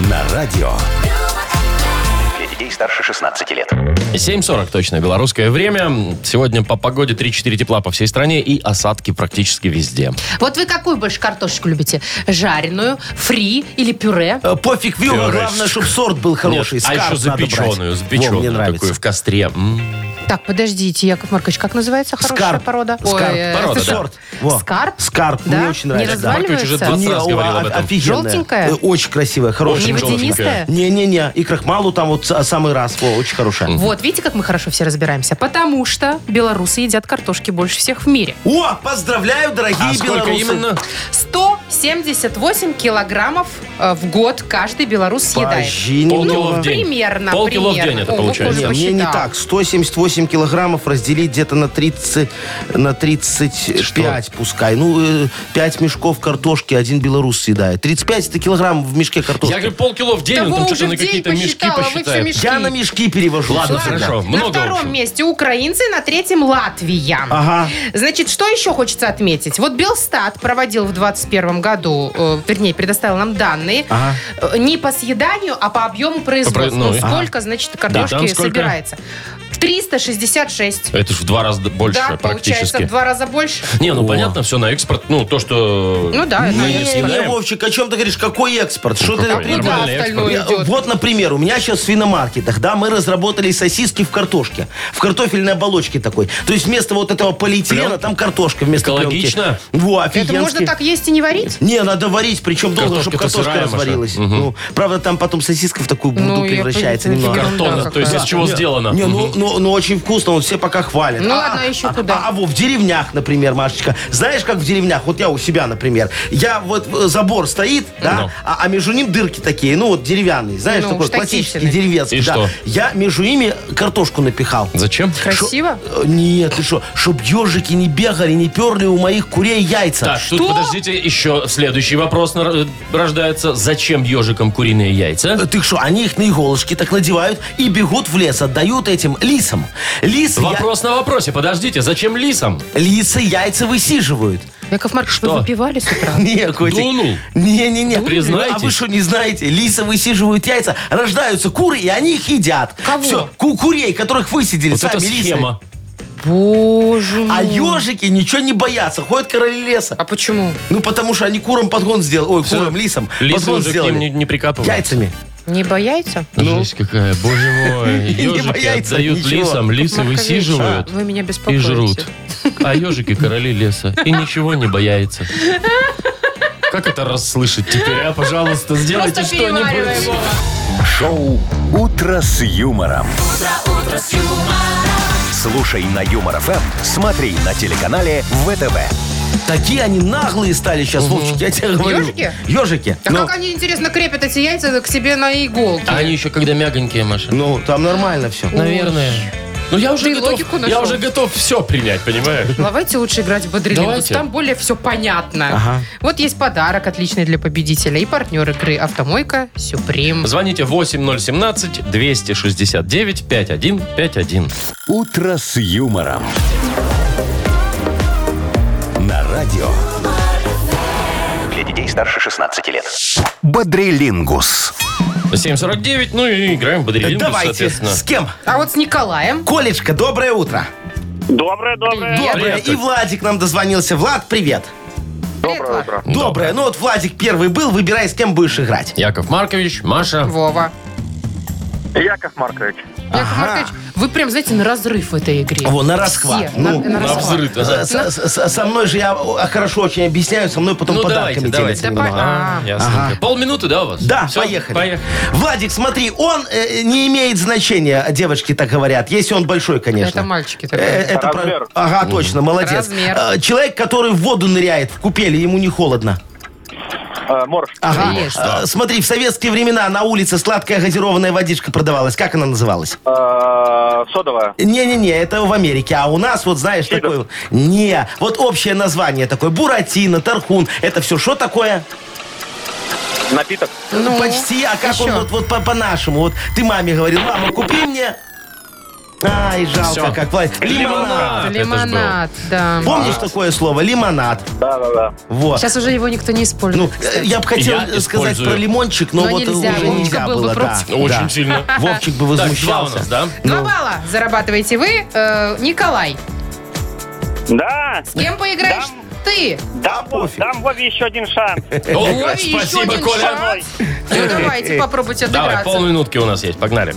[SPEAKER 1] на радио.
[SPEAKER 6] Для детей детей старше 16 лет.
[SPEAKER 2] 7.40 точно белорусское время. Сегодня по погоде 3-4 тепла по всей стране и осадки практически везде.
[SPEAKER 3] Вот вы какую больше картошечку любите? Жареную, фри или пюре?
[SPEAKER 4] Э, Пофиг вилла,
[SPEAKER 2] Пюрешечка.
[SPEAKER 4] главное, чтобы сорт был хороший.
[SPEAKER 2] Нет, а еще
[SPEAKER 4] скарб надо брать.
[SPEAKER 2] запеченную,
[SPEAKER 4] Во, мне
[SPEAKER 2] запеченную такую
[SPEAKER 4] нравится.
[SPEAKER 2] в костре. М.
[SPEAKER 3] Так, подождите, Яков Маркович, как называется хорошая
[SPEAKER 4] Скарб.
[SPEAKER 3] порода?
[SPEAKER 4] Скарб.
[SPEAKER 3] э,
[SPEAKER 2] Порода, да.
[SPEAKER 4] Сорт. Во.
[SPEAKER 3] Скарб?
[SPEAKER 4] Скарб,
[SPEAKER 3] Да?
[SPEAKER 4] мне очень
[SPEAKER 3] Не
[SPEAKER 4] нравится. да.
[SPEAKER 3] разваливается?
[SPEAKER 2] Маркович уже 20 раз
[SPEAKER 4] Не,
[SPEAKER 2] говорил
[SPEAKER 4] о-
[SPEAKER 2] об этом.
[SPEAKER 4] офигенная.
[SPEAKER 3] Желтенькая?
[SPEAKER 4] Э, Очень красивая,
[SPEAKER 3] Не
[SPEAKER 4] хорошая.
[SPEAKER 2] Очень
[SPEAKER 3] водянистая?
[SPEAKER 4] Не-не-не, и крахмалу там вот с- самый раз, во, очень хорошая.
[SPEAKER 3] Вот, видите, как мы хорошо все разбираемся? Потому что белорусы едят картошки больше всех в мире.
[SPEAKER 4] О, поздравляю, дорогие
[SPEAKER 2] А сколько
[SPEAKER 4] белорусы.
[SPEAKER 2] именно?
[SPEAKER 3] 178 килограммов э, в год каждый белорус съедает. Ну,
[SPEAKER 4] Пожини
[SPEAKER 2] Полкило
[SPEAKER 4] немного.
[SPEAKER 2] в день.
[SPEAKER 3] Примерно.
[SPEAKER 2] Полкило в
[SPEAKER 3] примерно.
[SPEAKER 2] день это
[SPEAKER 3] О, вот
[SPEAKER 2] получается.
[SPEAKER 4] Не,
[SPEAKER 3] уже
[SPEAKER 4] мне не
[SPEAKER 3] посчитала.
[SPEAKER 4] так. 178 килограммов разделить где-то на 30, на 35 пускай. Ну, э, 5 мешков картошки один белорус съедает. 35 это килограмм в мешке картошки.
[SPEAKER 2] Я говорю, полкило в день, он
[SPEAKER 3] Того
[SPEAKER 2] там
[SPEAKER 3] уже
[SPEAKER 2] что-то
[SPEAKER 3] в
[SPEAKER 2] на
[SPEAKER 3] день
[SPEAKER 2] какие-то мешки
[SPEAKER 3] посчитала, вы все
[SPEAKER 2] посчитает.
[SPEAKER 3] мешки.
[SPEAKER 4] Я на мешки перевожу.
[SPEAKER 2] Ладно,
[SPEAKER 4] всегда.
[SPEAKER 2] хорошо.
[SPEAKER 3] На
[SPEAKER 2] Много, в
[SPEAKER 3] втором
[SPEAKER 2] общем.
[SPEAKER 3] месте украинцы, на третьем Латвия.
[SPEAKER 4] Ага.
[SPEAKER 3] Значит, что еще хочется отметить? Вот Белстат проводил в 2021 году, э, вернее, предоставил нам данные
[SPEAKER 4] Ага.
[SPEAKER 3] э, не по съеданию, а по объему производства.
[SPEAKER 2] ну,
[SPEAKER 3] Ну,
[SPEAKER 2] и-
[SPEAKER 3] сколько, значит,
[SPEAKER 2] Да,
[SPEAKER 3] картошки
[SPEAKER 2] там сколько?
[SPEAKER 3] собирается? 366.
[SPEAKER 2] Это же в два раза больше
[SPEAKER 3] да, получается,
[SPEAKER 2] практически.
[SPEAKER 3] в два раза больше.
[SPEAKER 2] Не, ну понятно, все на экспорт. Ну, то, что...
[SPEAKER 3] Ну да, это
[SPEAKER 2] мы
[SPEAKER 3] не-
[SPEAKER 2] не
[SPEAKER 3] не-
[SPEAKER 4] Не,
[SPEAKER 2] съедаем.
[SPEAKER 4] Вовчик, о чем ты говоришь? Какой экспорт? Что ты,
[SPEAKER 2] Какой?
[SPEAKER 4] например,
[SPEAKER 3] Куда
[SPEAKER 2] Нормальный
[SPEAKER 3] остальное
[SPEAKER 4] Я-
[SPEAKER 3] идет?
[SPEAKER 4] Вот, например, у меня сейчас в свиномаркетах, да, мы разработали сосиски в картошке. В картофельной оболочке такой. То есть вместо вот этого полиэтилена
[SPEAKER 2] Плёнка?
[SPEAKER 4] там картошка вместо
[SPEAKER 2] Экологично?
[SPEAKER 4] пленки. Во,
[SPEAKER 3] Это можно
[SPEAKER 4] офигенски.
[SPEAKER 3] так есть и не варить?
[SPEAKER 4] Не, надо варить, причем долго,
[SPEAKER 2] Картошка-то
[SPEAKER 4] чтобы картошка
[SPEAKER 2] сырая, Маша.
[SPEAKER 4] разварилась.
[SPEAKER 2] Мгм.
[SPEAKER 4] Ну, правда, там потом сосиска в такую бурду
[SPEAKER 3] Ну, я
[SPEAKER 4] превращается
[SPEAKER 3] понимаю,
[SPEAKER 4] немного.
[SPEAKER 3] это ерунда
[SPEAKER 2] Картона, то есть
[SPEAKER 3] какая.
[SPEAKER 2] из чего
[SPEAKER 4] Не,
[SPEAKER 2] сделано?
[SPEAKER 4] Не, ну, ну, ну, очень вкусно, вот все пока хвалят.
[SPEAKER 3] Ну, ладно, а еще
[SPEAKER 4] а-
[SPEAKER 3] куда?
[SPEAKER 4] А, а вот в деревнях, например, Машечка, знаешь, как в деревнях, вот я у себя, например, я вот э, забор стоит, да,
[SPEAKER 2] Ну.
[SPEAKER 4] а, а между ним дырки такие, ну вот деревянные, знаешь,
[SPEAKER 3] Ну,
[SPEAKER 4] такой
[SPEAKER 3] уж такие
[SPEAKER 4] классический
[SPEAKER 3] себе.
[SPEAKER 4] деревенский.
[SPEAKER 2] И
[SPEAKER 4] да.
[SPEAKER 2] что?
[SPEAKER 4] Я между ними картошку напихал.
[SPEAKER 2] Зачем?
[SPEAKER 3] Красиво?
[SPEAKER 4] Э, Нет, ты что, чтоб ежики не бегали, не перли у моих курей яйца.
[SPEAKER 2] Так, тут подождите, еще следующий вопрос на- э, рождается. Зачем ежикам куриные яйца?
[SPEAKER 4] Э, Ты что, они их на иголочки так надевают и бегут в лес, отдают этим лисам. Лисы, я-
[SPEAKER 2] Вопрос на вопросе, подождите, зачем лисам?
[SPEAKER 4] лисы яйца высиживают.
[SPEAKER 3] Яков Маркович,
[SPEAKER 2] Что?
[SPEAKER 3] вы выпивали с утра?
[SPEAKER 4] Не, котик.
[SPEAKER 2] Дунул?
[SPEAKER 4] Не-не-не.
[SPEAKER 2] Ну, Признайтесь.
[SPEAKER 4] А вы что, не знаете? Лисы высиживают яйца, рождаются куры, и они их едят.
[SPEAKER 3] Кого?
[SPEAKER 4] Все, курей, которых высидели
[SPEAKER 2] Вот
[SPEAKER 4] сами
[SPEAKER 2] это
[SPEAKER 4] лисы.
[SPEAKER 2] схема.
[SPEAKER 3] Боже мой.
[SPEAKER 4] А ежики ничего не боятся, ходят короли леса.
[SPEAKER 3] А почему?
[SPEAKER 4] Ну, потому что они курам подгон сделали. Ой, курам, лисам.
[SPEAKER 2] Лисы
[SPEAKER 4] подгон
[SPEAKER 2] уже к ним не,
[SPEAKER 4] сделали.
[SPEAKER 2] не прикапывают.
[SPEAKER 4] Яйцами.
[SPEAKER 3] Не бояться?
[SPEAKER 2] Жесть какая, боже мой.
[SPEAKER 4] Не
[SPEAKER 2] Ежики
[SPEAKER 4] боятся
[SPEAKER 2] отдают
[SPEAKER 4] ничего.
[SPEAKER 2] лисам, лисы
[SPEAKER 3] Маркович, а,
[SPEAKER 2] высиживают
[SPEAKER 3] Вы меня
[SPEAKER 2] и
[SPEAKER 3] беспокоите.
[SPEAKER 2] жрут. А ежики короли леса и ничего не боятся. Как это расслышать теперь, а? Пожалуйста, сделайте
[SPEAKER 3] Просто перевариваем
[SPEAKER 2] что-нибудь.
[SPEAKER 3] его.
[SPEAKER 1] Шоу «Утро с юмором». Слушай на Юмор ФМ, смотри на телеканале ВТВ.
[SPEAKER 4] Такие они наглые стали сейчас, Вовчик, я тебе говорю.
[SPEAKER 3] Ежики?
[SPEAKER 4] Ежики.
[SPEAKER 3] А
[SPEAKER 4] Ну,
[SPEAKER 3] как они, интересно, крепят эти яйца к себе на иголке?
[SPEAKER 2] А они еще когда мягонькие, Маша.
[SPEAKER 4] ну, там нормально все.
[SPEAKER 2] Наверное. Ну я уже
[SPEAKER 3] Ты
[SPEAKER 2] готов,
[SPEAKER 3] логику
[SPEAKER 2] я
[SPEAKER 3] нашел?
[SPEAKER 2] уже готов все принять, понимаешь?
[SPEAKER 3] Давайте лучше играть в бодрилингус.
[SPEAKER 2] Давайте.
[SPEAKER 3] Там более все понятно.
[SPEAKER 4] Ага.
[SPEAKER 3] Вот есть подарок отличный для победителя. И партнер игры «Автомойка Сюприм».
[SPEAKER 2] Звоните 8017 269 5151.
[SPEAKER 1] «Утро с юмором». На радио
[SPEAKER 6] Для детей старше 16 лет.
[SPEAKER 1] «Бодрилингус».
[SPEAKER 2] 749, ну и играем в бодрилингус,
[SPEAKER 4] Давайте.
[SPEAKER 2] соответственно.
[SPEAKER 4] С кем?
[SPEAKER 3] А вот с Николаем.
[SPEAKER 4] Колечка, доброе утро.
[SPEAKER 5] Доброе, доброе.
[SPEAKER 4] Доброе.
[SPEAKER 2] Привет.
[SPEAKER 4] И Владик нам дозвонился. Влад, привет.
[SPEAKER 3] Доброе утро.
[SPEAKER 4] Доброе. Ну вот Владик первый был, выбирай, с кем будешь играть.
[SPEAKER 2] Яков Маркович, Маша.
[SPEAKER 3] Вова.
[SPEAKER 5] Яков Маркович.
[SPEAKER 3] Яков
[SPEAKER 4] Ага.
[SPEAKER 3] Маркович, вы прям, знаете, на разрыв в этой игре.
[SPEAKER 4] Во, на расхват.
[SPEAKER 3] Все, на-
[SPEAKER 4] Ну,
[SPEAKER 3] на
[SPEAKER 2] на
[SPEAKER 3] расхват.
[SPEAKER 2] взрыв, да.
[SPEAKER 4] Со, со- со- со мной же я о, хорошо очень объясняю, со мной потом
[SPEAKER 2] Ну давайте,
[SPEAKER 4] подарками
[SPEAKER 2] давайте.
[SPEAKER 4] делиться
[SPEAKER 3] Давай.
[SPEAKER 4] немного.
[SPEAKER 2] А,
[SPEAKER 3] А,
[SPEAKER 2] ясненько. Полминуты, да, у вас?
[SPEAKER 4] Да,
[SPEAKER 2] Всё,
[SPEAKER 4] поехали.
[SPEAKER 2] Поехали.
[SPEAKER 4] Владик, смотри, он э, не имеет значения, девочки так говорят, если он большой, конечно.
[SPEAKER 3] Это мальчики
[SPEAKER 4] Э,
[SPEAKER 3] такие.
[SPEAKER 4] это про-
[SPEAKER 5] Размер.
[SPEAKER 4] Ага, точно, молодец.
[SPEAKER 3] Размер.
[SPEAKER 4] Э, Человек, который в воду ныряет в купели, ему не холодно.
[SPEAKER 5] Э, Морж.
[SPEAKER 4] Ага.
[SPEAKER 3] Конечно.
[SPEAKER 4] Э, Смотри, в советские времена на улице сладкая газированная водичка продавалась. Как она называлась?
[SPEAKER 5] Э, Содовая.
[SPEAKER 4] Не-не-не, это в Америке. А у нас, вот знаешь, такое... вот- Не, вот общее название такое. Буратино, Тархун. Это все что такое?
[SPEAKER 5] Напиток.
[SPEAKER 3] Ну,
[SPEAKER 4] Почти, а как
[SPEAKER 3] еще.
[SPEAKER 4] он вот, вот по- по-нашему? вот ты маме говорил, мама, купи мне... Ай, жалко,
[SPEAKER 2] Всё.
[SPEAKER 4] как Владик.
[SPEAKER 2] Лимонад. А, это
[SPEAKER 4] Лимонад.
[SPEAKER 2] ж был.
[SPEAKER 3] Лимонад, да.
[SPEAKER 4] Помнишь такое слово? Лимонад.
[SPEAKER 5] Да-да-да.
[SPEAKER 4] Вот.
[SPEAKER 3] Сейчас уже его никто не
[SPEAKER 4] Ну,
[SPEAKER 3] использует.
[SPEAKER 4] э, я бы хотел
[SPEAKER 2] Я
[SPEAKER 4] э, сказать
[SPEAKER 2] использую.
[SPEAKER 4] про лимончик, но,
[SPEAKER 3] Но
[SPEAKER 4] вот э,
[SPEAKER 3] нельзя,
[SPEAKER 4] уже
[SPEAKER 3] Вовчик
[SPEAKER 4] нельзя
[SPEAKER 3] был бы
[SPEAKER 4] было. да,
[SPEAKER 3] против.
[SPEAKER 2] Очень
[SPEAKER 4] да.
[SPEAKER 2] сильно.
[SPEAKER 4] Вовчик бы
[SPEAKER 2] Так, два у
[SPEAKER 4] возмущался.
[SPEAKER 2] нас, да?
[SPEAKER 3] Два балла зарабатываете вы, э, Николай.
[SPEAKER 8] Да,
[SPEAKER 3] С кем поиграешь ты?
[SPEAKER 4] Да, пофиг.
[SPEAKER 8] дам Вове еще один шанс.
[SPEAKER 2] Ой,
[SPEAKER 3] Ой, еще
[SPEAKER 2] Ну, спасибо,
[SPEAKER 3] один
[SPEAKER 2] Коля.
[SPEAKER 3] шанс. Ну, давайте попробуйте
[SPEAKER 2] Давай,
[SPEAKER 3] отыграться.
[SPEAKER 2] полминутки у нас есть, погнали.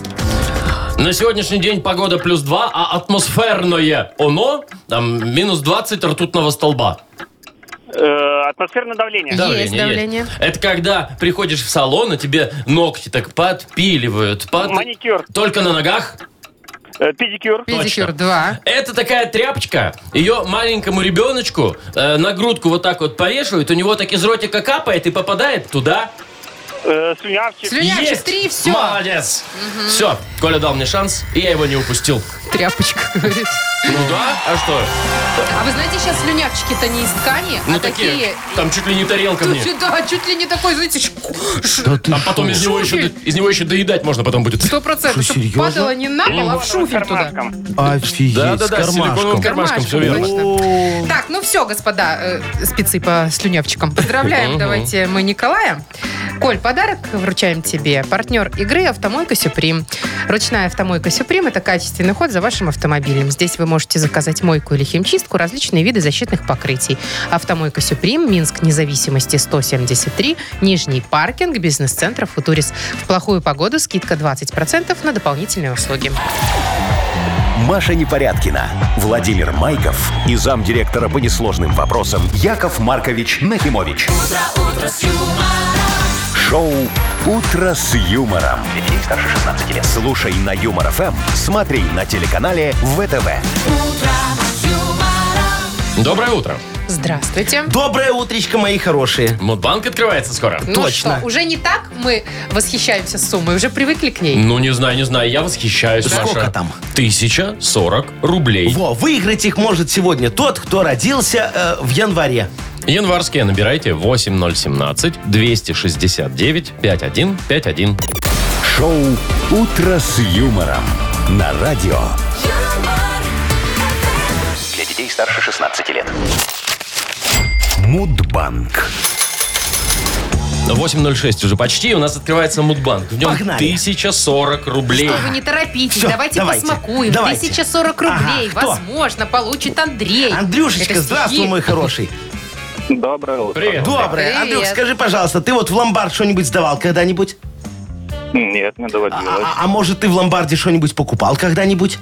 [SPEAKER 2] На сегодняшний день погода плюс 2, а атмосферное оно там, минус 20 ртутного столба.
[SPEAKER 8] Э, атмосферное давление.
[SPEAKER 3] Есть давление.
[SPEAKER 2] Это когда приходишь в салон, и тебе ногти так подпиливают.
[SPEAKER 4] А
[SPEAKER 2] под-
[SPEAKER 8] Маникюр.
[SPEAKER 2] Только на ногах.
[SPEAKER 8] Э, педикюр.
[SPEAKER 3] Педикюр 2.
[SPEAKER 2] Это такая тряпочка, ее маленькому ребеночку э, на грудку вот так вот повешивают, у него так из ротика капает и попадает туда.
[SPEAKER 8] Э, слюнявчик.
[SPEAKER 3] Слюнявчик
[SPEAKER 2] Есть!
[SPEAKER 3] 3, все.
[SPEAKER 2] Молодец! Все, Коля дал мне шанс, и я его не упустил.
[SPEAKER 3] Тряпочка, говорит.
[SPEAKER 2] Ну да? А что?
[SPEAKER 3] А вы знаете, сейчас слюнявчики-то не из ткани,
[SPEAKER 2] Ну
[SPEAKER 3] а такие...
[SPEAKER 2] Там чуть ли не тарелка
[SPEAKER 3] Тут,
[SPEAKER 2] мне.
[SPEAKER 3] да, чуть ли не такой, знаете, ш- ш-
[SPEAKER 2] А потом из него, еще, до- из него еще доедать можно потом будет.
[SPEAKER 3] сто процентов,
[SPEAKER 4] Что,
[SPEAKER 3] чтобы
[SPEAKER 4] серьезно?
[SPEAKER 3] падало не на пол, а в шуфель туда.
[SPEAKER 8] Кармашком.
[SPEAKER 4] Офигеть,
[SPEAKER 2] Да-да-да, с силиконовым кармашком, все верно.
[SPEAKER 3] Кармашком, точно. Так, ну все, господа, э, спецы по слюнявчикам. Поздравляем, давайте мы Николая. Коль, подарок вручаем тебе. Партнер игры «Автомойка Сюприм». Ручная «Автомойка Сюприм» — это качественный ход за вашим автомобилем. Здесь вы можете заказать мойку или химчистку, различные виды защитных покрытий. «Автомойка Сюприм», Минск, независимости 173, Нижний паркинг, бизнес-центр «Футурис». В плохую погоду скидка 20% на дополнительные услуги.
[SPEAKER 1] Маша Непорядкина, Владимир Майков и замдиректора по несложным вопросам Яков Маркович Нахимович. Шоу Утро с юмором. Детей старше 16 лет. Слушай на юмор ФМ, смотри на телеканале ВТВ.
[SPEAKER 2] Доброе утро.
[SPEAKER 3] Здравствуйте.
[SPEAKER 4] Доброе утречко, мои хорошие.
[SPEAKER 2] Мудбанк открывается скоро.
[SPEAKER 3] Ну
[SPEAKER 4] Точно.
[SPEAKER 3] что, уже не так мы восхищаемся суммой, уже привыкли к ней.
[SPEAKER 2] Ну, не знаю, не знаю, я восхищаюсь,
[SPEAKER 4] Сколько
[SPEAKER 2] Маша.
[SPEAKER 4] там?
[SPEAKER 2] Тысяча сорок рублей.
[SPEAKER 4] Во, выиграть их может сегодня тот, кто родился э, в январе.
[SPEAKER 2] Январские набирайте 8017-269-5151.
[SPEAKER 1] Шоу Утро с юмором на радио.
[SPEAKER 6] Для детей старше 16 лет.
[SPEAKER 1] Мудбанк.
[SPEAKER 2] 8.06 уже почти, у нас открывается Мудбанк. В нем
[SPEAKER 4] Погнали.
[SPEAKER 2] 1040 рублей.
[SPEAKER 3] Что вы не торопитесь,
[SPEAKER 4] Всё,
[SPEAKER 3] давайте,
[SPEAKER 4] давайте,
[SPEAKER 3] посмакуем.
[SPEAKER 4] давайте.
[SPEAKER 3] 1040 рублей,
[SPEAKER 4] Ага, кто?
[SPEAKER 3] возможно, получит Андрей.
[SPEAKER 4] Андрюшечка,
[SPEAKER 3] Это
[SPEAKER 4] здравствуй,
[SPEAKER 3] стихи.
[SPEAKER 4] мой хороший.
[SPEAKER 5] Доброе утро.
[SPEAKER 2] Привет.
[SPEAKER 4] Доброе.
[SPEAKER 3] Привет.
[SPEAKER 4] Андрюх, скажи, пожалуйста, ты вот в ломбард что-нибудь сдавал когда-нибудь?
[SPEAKER 5] Нет, не доводилось.
[SPEAKER 4] А, а может, ты в ломбарде что-нибудь покупал когда-нибудь?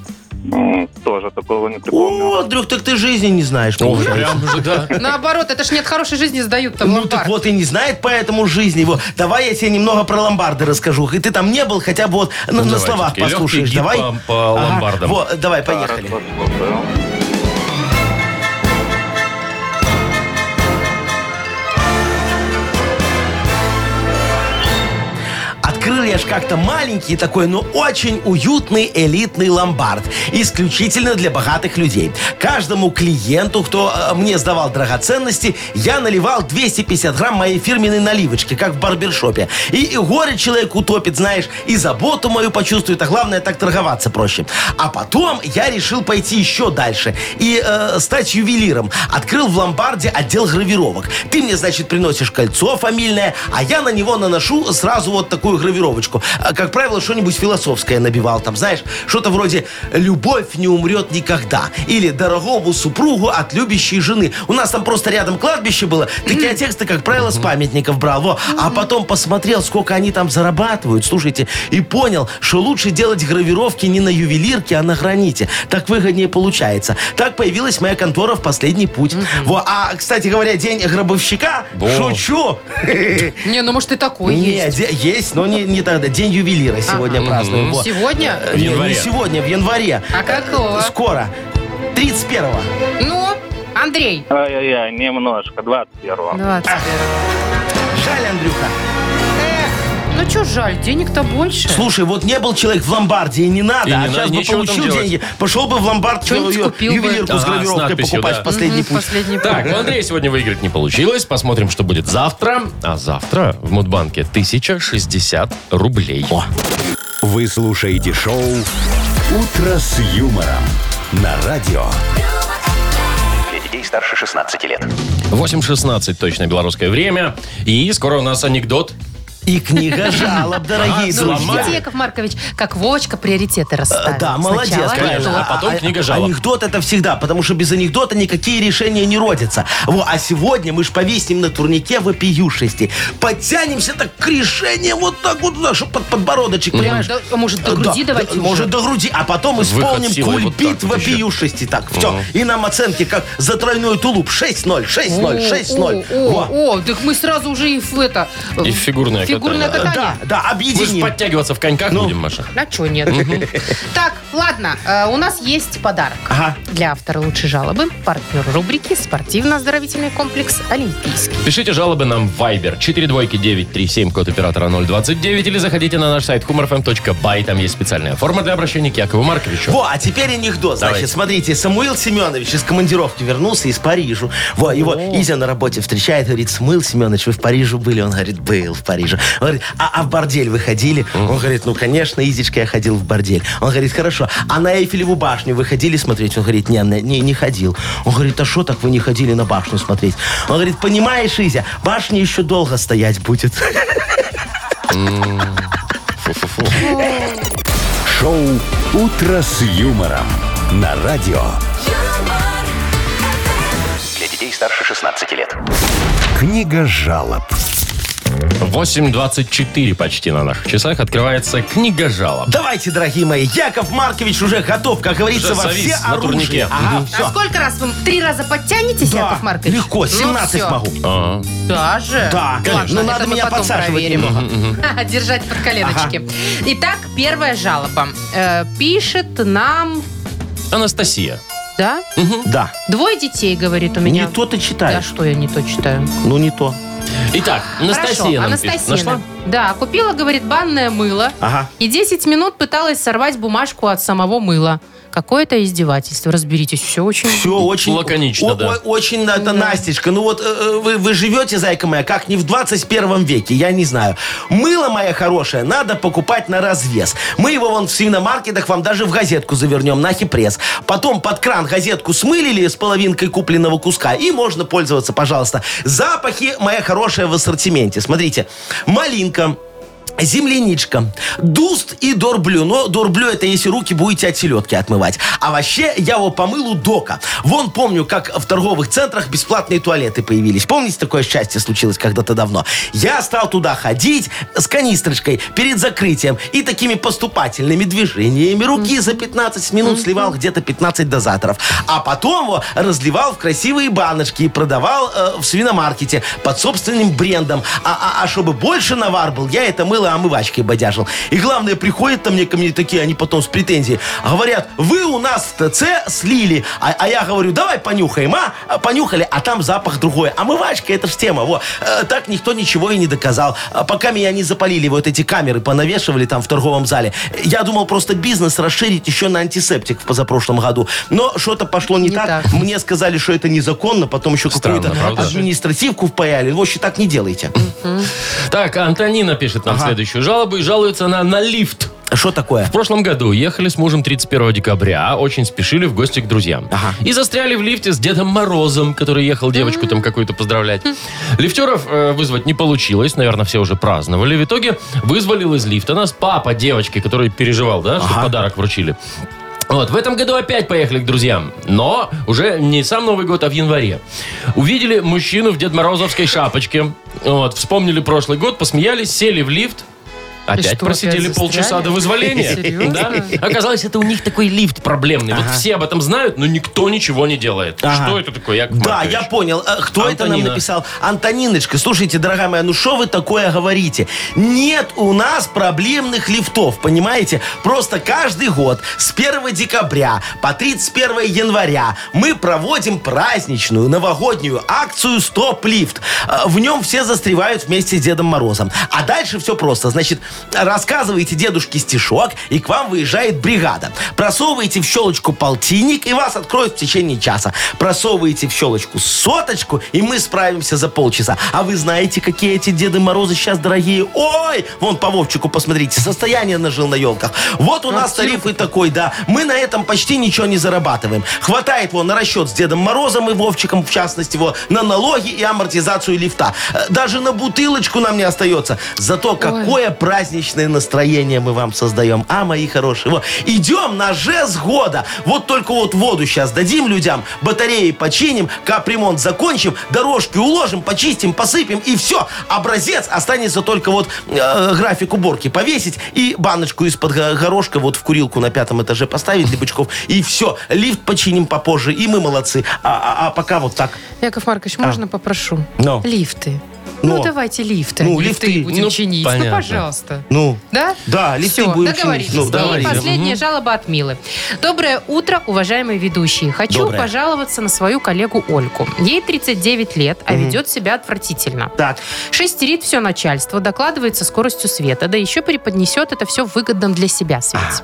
[SPEAKER 5] М, Тоже такого не припомню.
[SPEAKER 4] О, Андрюх, так ты жизни не знаешь.
[SPEAKER 2] О,
[SPEAKER 4] получается.
[SPEAKER 2] прям уже, да.
[SPEAKER 3] Ну, Наоборот, это ж не от хорошей жизни сдают там
[SPEAKER 4] Ну
[SPEAKER 3] ломбард.
[SPEAKER 4] так вот и не знает поэтому жизни его. Давай я тебе немного про ломбарды расскажу. И ты там не был, хотя бы вот на, на
[SPEAKER 2] давайте,
[SPEAKER 4] словах
[SPEAKER 2] такие
[SPEAKER 4] послушаешь.
[SPEAKER 2] легкий гид
[SPEAKER 4] Давай.
[SPEAKER 2] по- по
[SPEAKER 4] Ага,
[SPEAKER 2] ломбардам.
[SPEAKER 4] во, давай, поехали.
[SPEAKER 5] Хорошо, слушаю.
[SPEAKER 4] Открыл я ж как-то маленький такой, но очень уютный элитный ломбард. Исключительно для богатых людей. Каждому клиенту, кто э, мне сдавал драгоценности, я наливал 250 грамм моей фирменной наливочки, как в барбершопе. И, и горе человек утопит, знаешь, и заботу мою почувствует, а главное, так торговаться проще. А потом я решил пойти еще дальше и э, стать ювелиром. Открыл в ломбарде отдел гравировок. Ты мне, значит, приносишь кольцо фамильное, а я на него наношу сразу вот такую гравировочку. А, Как правило, что-нибудь философское набивал там, знаешь, что-то вроде «любовь не умрет никогда» или «дорогому супругу от любящей жены». У нас там просто рядом кладбище было, так я тексты, как правило, с памятников брал. Во. А потом посмотрел, сколько они там зарабатывают, слушайте, и понял, что лучше делать гравировки не на ювелирке, а на граните. Так выгоднее получается. Так появилась моя контора в последний путь. Во. А, кстати говоря, день гробовщика,
[SPEAKER 2] Во.
[SPEAKER 4] шучу,
[SPEAKER 3] Не, ну может и такой
[SPEAKER 4] не,
[SPEAKER 3] есть.
[SPEAKER 4] де- есть, но не, не тогда. День ювелира сегодня празднуем. во.
[SPEAKER 3] Сегодня?
[SPEAKER 4] Э, не-
[SPEAKER 2] январе.
[SPEAKER 4] Не сегодня, в январе.
[SPEAKER 3] А какого?
[SPEAKER 4] Э, Скоро. 31-го.
[SPEAKER 3] Ну, Андрей.
[SPEAKER 5] А. Ай-яй-яй, немножко, 21-го.
[SPEAKER 3] 21.
[SPEAKER 4] Жаль, Андрюха.
[SPEAKER 3] Ну что жаль, денег-то больше.
[SPEAKER 4] Слушай, вот не был человек в ломбарде, и не надо.
[SPEAKER 2] И не
[SPEAKER 4] а
[SPEAKER 2] надо,
[SPEAKER 4] сейчас бы
[SPEAKER 2] нечего там
[SPEAKER 4] получил
[SPEAKER 2] делать.
[SPEAKER 4] деньги. Пошел бы в ломбард
[SPEAKER 3] Что-нибудь
[SPEAKER 4] свою
[SPEAKER 3] купил бы.
[SPEAKER 4] ювелирку с
[SPEAKER 2] Ага, с
[SPEAKER 4] гравировкой
[SPEAKER 2] надписью,
[SPEAKER 4] покупать
[SPEAKER 2] да.
[SPEAKER 4] в последний
[SPEAKER 3] Мгм,
[SPEAKER 4] путь.
[SPEAKER 3] Последний
[SPEAKER 2] Так,
[SPEAKER 3] путь.
[SPEAKER 2] у Андрея сегодня выиграть не получилось. Посмотрим, что будет завтра. А завтра в Мудбанке 1060 рублей.
[SPEAKER 1] Вы слушаете шоу «Утро с юмором» на радио.
[SPEAKER 6] Для детей старше 16 лет.
[SPEAKER 2] 8.16 точно белорусское время. И скоро у нас анекдот.
[SPEAKER 4] И книга жалоб, дорогие
[SPEAKER 2] ну,
[SPEAKER 4] друзья.
[SPEAKER 3] Видите, Яков Маркович, как Вовочка приоритеты расставил.
[SPEAKER 4] Э, А, Да, молодец,
[SPEAKER 3] Сначала
[SPEAKER 2] конечно.
[SPEAKER 3] анекдот.
[SPEAKER 2] а потом книга жалоб.
[SPEAKER 4] Анекдот это всегда, потому что без анекдота никакие решения не родятся. Во, а сегодня мы ж повесим на турнике вопиюшести. Подтянемся так к решению, вот так вот, да, чтоб под подбородочек, понимаешь?
[SPEAKER 3] Да, может, до груди
[SPEAKER 4] Да,
[SPEAKER 3] давайте
[SPEAKER 4] да,
[SPEAKER 3] уже.
[SPEAKER 4] Может, до груди, а потом исполним
[SPEAKER 2] силой вот
[SPEAKER 4] кульбит
[SPEAKER 2] так вот еще.
[SPEAKER 4] вопиюшести. Так, все. И нам оценки как за тройной тулуп 6-0, 6-0,
[SPEAKER 3] О,
[SPEAKER 4] 6-0.
[SPEAKER 3] О,
[SPEAKER 4] Во.
[SPEAKER 3] о, так мы сразу уже и в это... э,
[SPEAKER 2] И в фигурное
[SPEAKER 3] фигурное
[SPEAKER 2] катание.
[SPEAKER 3] катание.
[SPEAKER 4] Да, да,
[SPEAKER 2] Мы же
[SPEAKER 4] объединим.
[SPEAKER 2] подтягиваться в коньках будем, Маша.
[SPEAKER 3] А чё нет? Так, ладно, э, у нас есть подарок.
[SPEAKER 4] Ага.
[SPEAKER 3] Для автора лучшей жалобы партнер рубрики «Спортивно-оздоровительный комплекс Олимпийский».
[SPEAKER 2] Пишите жалобы нам в Viber 42937, код оператора 029, или заходите на наш сайт humorfm.by, там есть специальная форма для обращения к Якову Марковичу.
[SPEAKER 4] Во, а теперь анекдот. Значит,
[SPEAKER 2] Давайте.
[SPEAKER 4] смотрите, Самуил Семенович из командировки вернулся из Парижа. Во, его Изя на работе встречает, говорит, Самуил Семенович, вы в Париже были? Он говорит, был в Париже. Он говорит, а, а в бордель вы ходили? Он говорит, ну, конечно, Изечка, я ходил в бордель. Он говорит, хорошо, а на Эйфелеву башню вы ходили смотреть? Он говорит, не, на- не, не ходил. Он говорит, а что так вы не ходили на башню смотреть? Он говорит, понимаешь, Изя, башня еще долго стоять будет.
[SPEAKER 2] Фу-фу-фу.
[SPEAKER 1] Шоу «Утро с юмором» на радио.
[SPEAKER 9] юмор,
[SPEAKER 6] Для детей старше 16 лет.
[SPEAKER 1] Книга жалоб.
[SPEAKER 2] 8.24 почти на наших часах открывается книга жалоб.
[SPEAKER 4] Давайте, дорогие мои, Яков Маркович уже готов, как говорится,
[SPEAKER 2] Уже
[SPEAKER 4] во
[SPEAKER 2] завис
[SPEAKER 4] все
[SPEAKER 2] на турнике.
[SPEAKER 4] оружие. Ага, все.
[SPEAKER 3] А сколько раз вы три раза подтянетесь,
[SPEAKER 4] Да,
[SPEAKER 3] Яков Маркович? Ну
[SPEAKER 4] легко, 17
[SPEAKER 3] всё.
[SPEAKER 4] могу.
[SPEAKER 2] А,
[SPEAKER 3] Даже?
[SPEAKER 4] Да,
[SPEAKER 3] Ладно,
[SPEAKER 4] конечно. Ну,
[SPEAKER 3] это
[SPEAKER 4] надо
[SPEAKER 3] мы
[SPEAKER 4] меня
[SPEAKER 3] потом
[SPEAKER 4] подсаживать
[SPEAKER 3] проверим.
[SPEAKER 4] немного.
[SPEAKER 3] Ха-ха, Держать под коленочки. Итак, первая жалоба. Э, пишет нам...
[SPEAKER 2] Анастасия.
[SPEAKER 3] Да?
[SPEAKER 4] Да.
[SPEAKER 3] Двое детей, говорит у
[SPEAKER 4] Не
[SPEAKER 3] меня.
[SPEAKER 4] то ты
[SPEAKER 3] Да
[SPEAKER 4] читаешь.
[SPEAKER 3] что я не то читаю?
[SPEAKER 4] Ну, не то.
[SPEAKER 2] Итак,
[SPEAKER 3] Хорошо,
[SPEAKER 2] Анастасия нам пишет.
[SPEAKER 3] Анастасия.
[SPEAKER 2] Нашла?
[SPEAKER 3] Да, купила, говорит, банное мыло.
[SPEAKER 4] Ага.
[SPEAKER 3] И 10 минут пыталась сорвать бумажку от самого мыла. Какое-то издевательство. Разберитесь, все очень...
[SPEAKER 4] Все очень...
[SPEAKER 2] Лаконично, да.
[SPEAKER 4] очень это, Настечка. Ну вот э, э, вы, вы живете, зайка моя, как не в 21 веке, я не знаю. Мыло, моя хорошая, надо покупать на развес. Мы его вон в свиномаркетах вам даже в газетку завернем, на хипресс. Потом под кран газетку смылили с половинкой купленного куска, и можно пользоваться, пожалуйста. Запахи, моя хорошая, в ассортименте. Смотрите, малинка, Земляничка, дуст и дорблю. Но дорблю это если руки будете от селедки отмывать. А вообще я его помыл у дока. Вон помню, как в торговых центрах бесплатные туалеты появились. Помните, такое счастье случилось когда-то давно? Я стал туда ходить с канистрочкой перед закрытием и такими поступательными движениями руки за 15 минут сливал где-то 15 дозаторов. А потом его разливал в красивые баночки и продавал э, в свиномаркете под собственным брендом. А, а- а чтобы больше навар был, я это мыло омывачкой бодяжил. И главное, приходят там мне ко мне такие, они потом с претензией. Говорят, вы у нас в ТЦ слили. А, а я говорю, давай понюхаем, а? а? Понюхали, а там запах другой. Омывачка, это ж тема. Во. Э, Так никто ничего и не доказал. А Пока меня не запалили, вот эти камеры понавешивали там в торговом зале. Я думал просто бизнес расширить еще на антисептик в позапрошлом году. Но что-то пошло не,
[SPEAKER 3] Не
[SPEAKER 4] так.
[SPEAKER 3] так.
[SPEAKER 4] Мне сказали, что это незаконно, потом еще
[SPEAKER 2] Странно,
[SPEAKER 4] какую-то
[SPEAKER 2] правда?
[SPEAKER 4] административку впаяли. В общем, так не делайте.
[SPEAKER 2] Так, Антонина пишет нам следующую жалобу и жалуется она на лифт.
[SPEAKER 4] Что такое?
[SPEAKER 2] В прошлом году ехали с мужем 31 декабря, а очень спешили в гости к друзьям. И застряли в лифте с Дедом Морозом, который ехал девочку там какую-то поздравлять. Лифтеров э, вызвать не получилось, наверное, все уже праздновали. В итоге вызволил из лифта нас папа девочки, который переживал, да, что подарок вручили. Вот, в этом году опять поехали к друзьям, но уже не сам Новый год, а в январе. Увидели мужчину в Дед Морозовской шапочке, вот, вспомнили прошлый год, посмеялись, сели в лифт, Опять
[SPEAKER 3] что,
[SPEAKER 2] просидели
[SPEAKER 3] опять
[SPEAKER 2] полчаса
[SPEAKER 3] застряли?
[SPEAKER 2] до вызволения.
[SPEAKER 3] Серьезно?
[SPEAKER 2] Да? Оказалось, это у них такой лифт проблемный. Вот все об этом знают, но никто ничего не делает.
[SPEAKER 4] Ага.
[SPEAKER 2] Что это такое, Яков
[SPEAKER 4] Да,
[SPEAKER 2] Маркович?
[SPEAKER 4] я понял. Э, Кто это нам
[SPEAKER 2] Антонина.
[SPEAKER 4] написал? Антониночка, слушайте, дорогая моя, ну что вы такое говорите? Нет у нас проблемных лифтов, понимаете? Просто каждый год с 1 декабря по 31 января мы проводим праздничную новогоднюю акцию «Стоп лифт». Э, В нем все застревают вместе с Дедом Морозом. А дальше все просто. Значит, рассказываете дедушке стишок, и к вам выезжает бригада. Просовываете в щелочку полтинник, и вас откроют в течение часа. Просовываете в щелочку соточку, и мы справимся за полчаса. А вы знаете, какие эти Деды Морозы сейчас дорогие? Ой! Вон по Вовчику посмотрите, состояние нажил на елках. Вот у нас тариф и такой, да. Мы на этом почти ничего не зарабатываем. Хватает вон на расчет с Дедом Морозом и Вовчиком, в частности, вот, на налоги и амортизацию лифта. Э, Даже на бутылочку нам не остается. Зато какое праздничное настроение мы вам создаем. А, мои хорошие, вот. идем на жест года. Вот только вот воду сейчас дадим людям, батареи починим, капремонт закончим, дорожки уложим, почистим, посыпем и все. Образец останется только вот э, график уборки повесить и баночку из-под го- горошка вот в курилку на пятом этаже поставить для бычков. И все, лифт починим попозже, и мы молодцы. А, а- а пока вот так.
[SPEAKER 3] Яков Маркович, можно попрошу?
[SPEAKER 4] А. Но.
[SPEAKER 3] Лифты.
[SPEAKER 4] Но.
[SPEAKER 3] Ну, давайте лифты.
[SPEAKER 4] Ну, лифты.
[SPEAKER 3] будем
[SPEAKER 2] Ну,
[SPEAKER 3] чинить.
[SPEAKER 2] понятно.
[SPEAKER 3] Ну, пожалуйста.
[SPEAKER 4] Ну,
[SPEAKER 3] Да?
[SPEAKER 4] да, лифты
[SPEAKER 3] Все,
[SPEAKER 4] будем
[SPEAKER 3] договорились.
[SPEAKER 4] чинить. Ну,
[SPEAKER 3] И
[SPEAKER 2] договорились.
[SPEAKER 3] последняя жалоба от Милы. Доброе утро, уважаемые ведущие. Хочу
[SPEAKER 4] Доброе.
[SPEAKER 3] пожаловаться на свою коллегу Ольгу. Ей 39 лет, а ведет себя отвратительно.
[SPEAKER 4] Так,
[SPEAKER 3] Шестерит все начальство, докладывается скоростью света, да еще преподнесет это все выгодным для себя свете.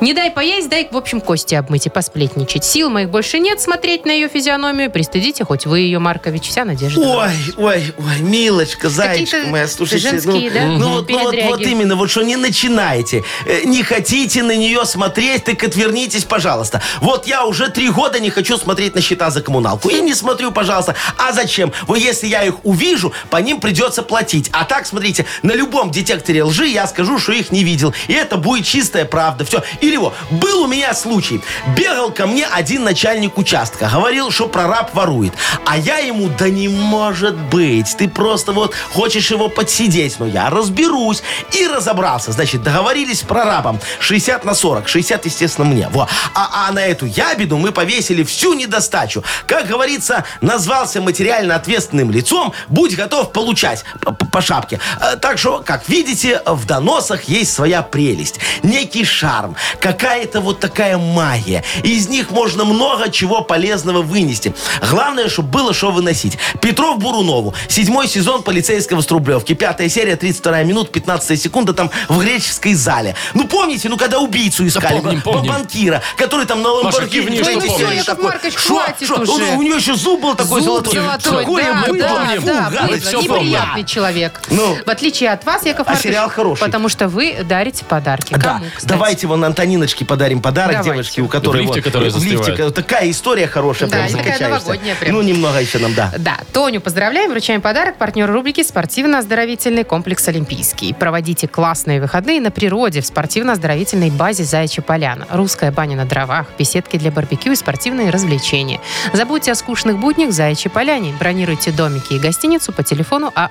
[SPEAKER 3] Не дай поесть, дай, в общем, кости обмыть и посплетничать. Сил моих больше нет смотреть на ее физиономию. Пристыдите хоть вы ее, Маркович, вся надежда. на вас.
[SPEAKER 4] Ой, ой, ой, милочка, зайчка
[SPEAKER 3] Какие-то
[SPEAKER 4] моя, слушайте,
[SPEAKER 3] женские,
[SPEAKER 4] ну,
[SPEAKER 3] да,
[SPEAKER 4] ну вот, ну вот-
[SPEAKER 3] передряги.
[SPEAKER 4] вот именно, вот что не начинайте, Э, не хотите на нее смотреть, так отвернитесь, пожалуйста. Вот я уже три года не хочу смотреть на счета за коммуналку, и не смотрю, пожалуйста. А зачем? Вот если я их увижу, по ним придется платить. А так, смотрите, на любом детекторе лжи я скажу, что их не видел, и это будет чистая правда. Все. Или вот, был у меня случай, бегал ко мне один начальник участка, говорил, что прораб ворует, а я ему, да не может быть, ты просто вот хочешь его подсидеть, но я разберусь. И разобрался. Значит, договорились с прорабом. 60 на 40. 60, естественно, мне. Во. А, а на эту ябеду мы повесили всю недостачу. Как говорится, назвался материально ответственным лицом, будь готов получать п- п- по шапке. Э, Так что, как видите, в доносах есть своя прелесть. Некий шарм. Какая-то вот такая магия. Из них можно много чего полезного вынести. Главное, чтобы было что выносить. Петров Бурунову. Седьмой сезон полицейского с Рублевки. Пятая серия, 32 минут, 15 секунда там в греческой зале. Ну, помните, ну, когда убийцу искали?
[SPEAKER 2] помним,
[SPEAKER 4] б-
[SPEAKER 2] помним.
[SPEAKER 4] банкира, который там на
[SPEAKER 2] Маша,
[SPEAKER 4] Ламборгини.
[SPEAKER 2] кивни, что
[SPEAKER 4] знаете,
[SPEAKER 2] помнишь.
[SPEAKER 4] всё,
[SPEAKER 2] Яков
[SPEAKER 4] такой,
[SPEAKER 3] Маркович,
[SPEAKER 4] «Шо?
[SPEAKER 3] хватит
[SPEAKER 4] Шо?»
[SPEAKER 3] уже.
[SPEAKER 4] Ну, У нее еще зуб был такой
[SPEAKER 3] Зуб
[SPEAKER 4] золотой.
[SPEAKER 3] золотой,
[SPEAKER 4] Такое
[SPEAKER 3] да,
[SPEAKER 4] было.
[SPEAKER 3] да,
[SPEAKER 2] Помним.
[SPEAKER 3] да,
[SPEAKER 4] Фу, гадость,
[SPEAKER 3] было.
[SPEAKER 4] всё
[SPEAKER 3] неприятный
[SPEAKER 4] помним.
[SPEAKER 3] человек.
[SPEAKER 4] Ну.
[SPEAKER 3] в отличие от вас, Яков
[SPEAKER 4] А
[SPEAKER 3] Маркович,
[SPEAKER 4] сериал хороший. А
[SPEAKER 3] потому что вы дарите подарки.
[SPEAKER 4] Да,
[SPEAKER 3] Кому, кстати?
[SPEAKER 4] давайте вон Антониночке подарим подарок
[SPEAKER 3] Давайте.
[SPEAKER 4] девушке, у которой
[SPEAKER 2] В лифте,
[SPEAKER 4] вот,
[SPEAKER 2] которая
[SPEAKER 4] э, в лифте,
[SPEAKER 2] застревает.
[SPEAKER 4] э, такая история хорошая,
[SPEAKER 3] Да,
[SPEAKER 4] прям
[SPEAKER 3] и такая
[SPEAKER 4] закачаешься.
[SPEAKER 3] новогодняя прям.
[SPEAKER 4] Ну немного еще нам да.
[SPEAKER 3] Да, Тоню поздравляем, вручаем подарок партнеру рубрики «Спортивно-оздоровительный комплекс Олимпийский». Проводите классные выходные на природе в спортивно-оздоровительной базе «Заячья поляна». Русская баня на дровах, беседки для барбекю и спортивные развлечения. Забудьте о скучных буднях в «Заячьей поляне». Бронируйте домики и гостиницу по телефону А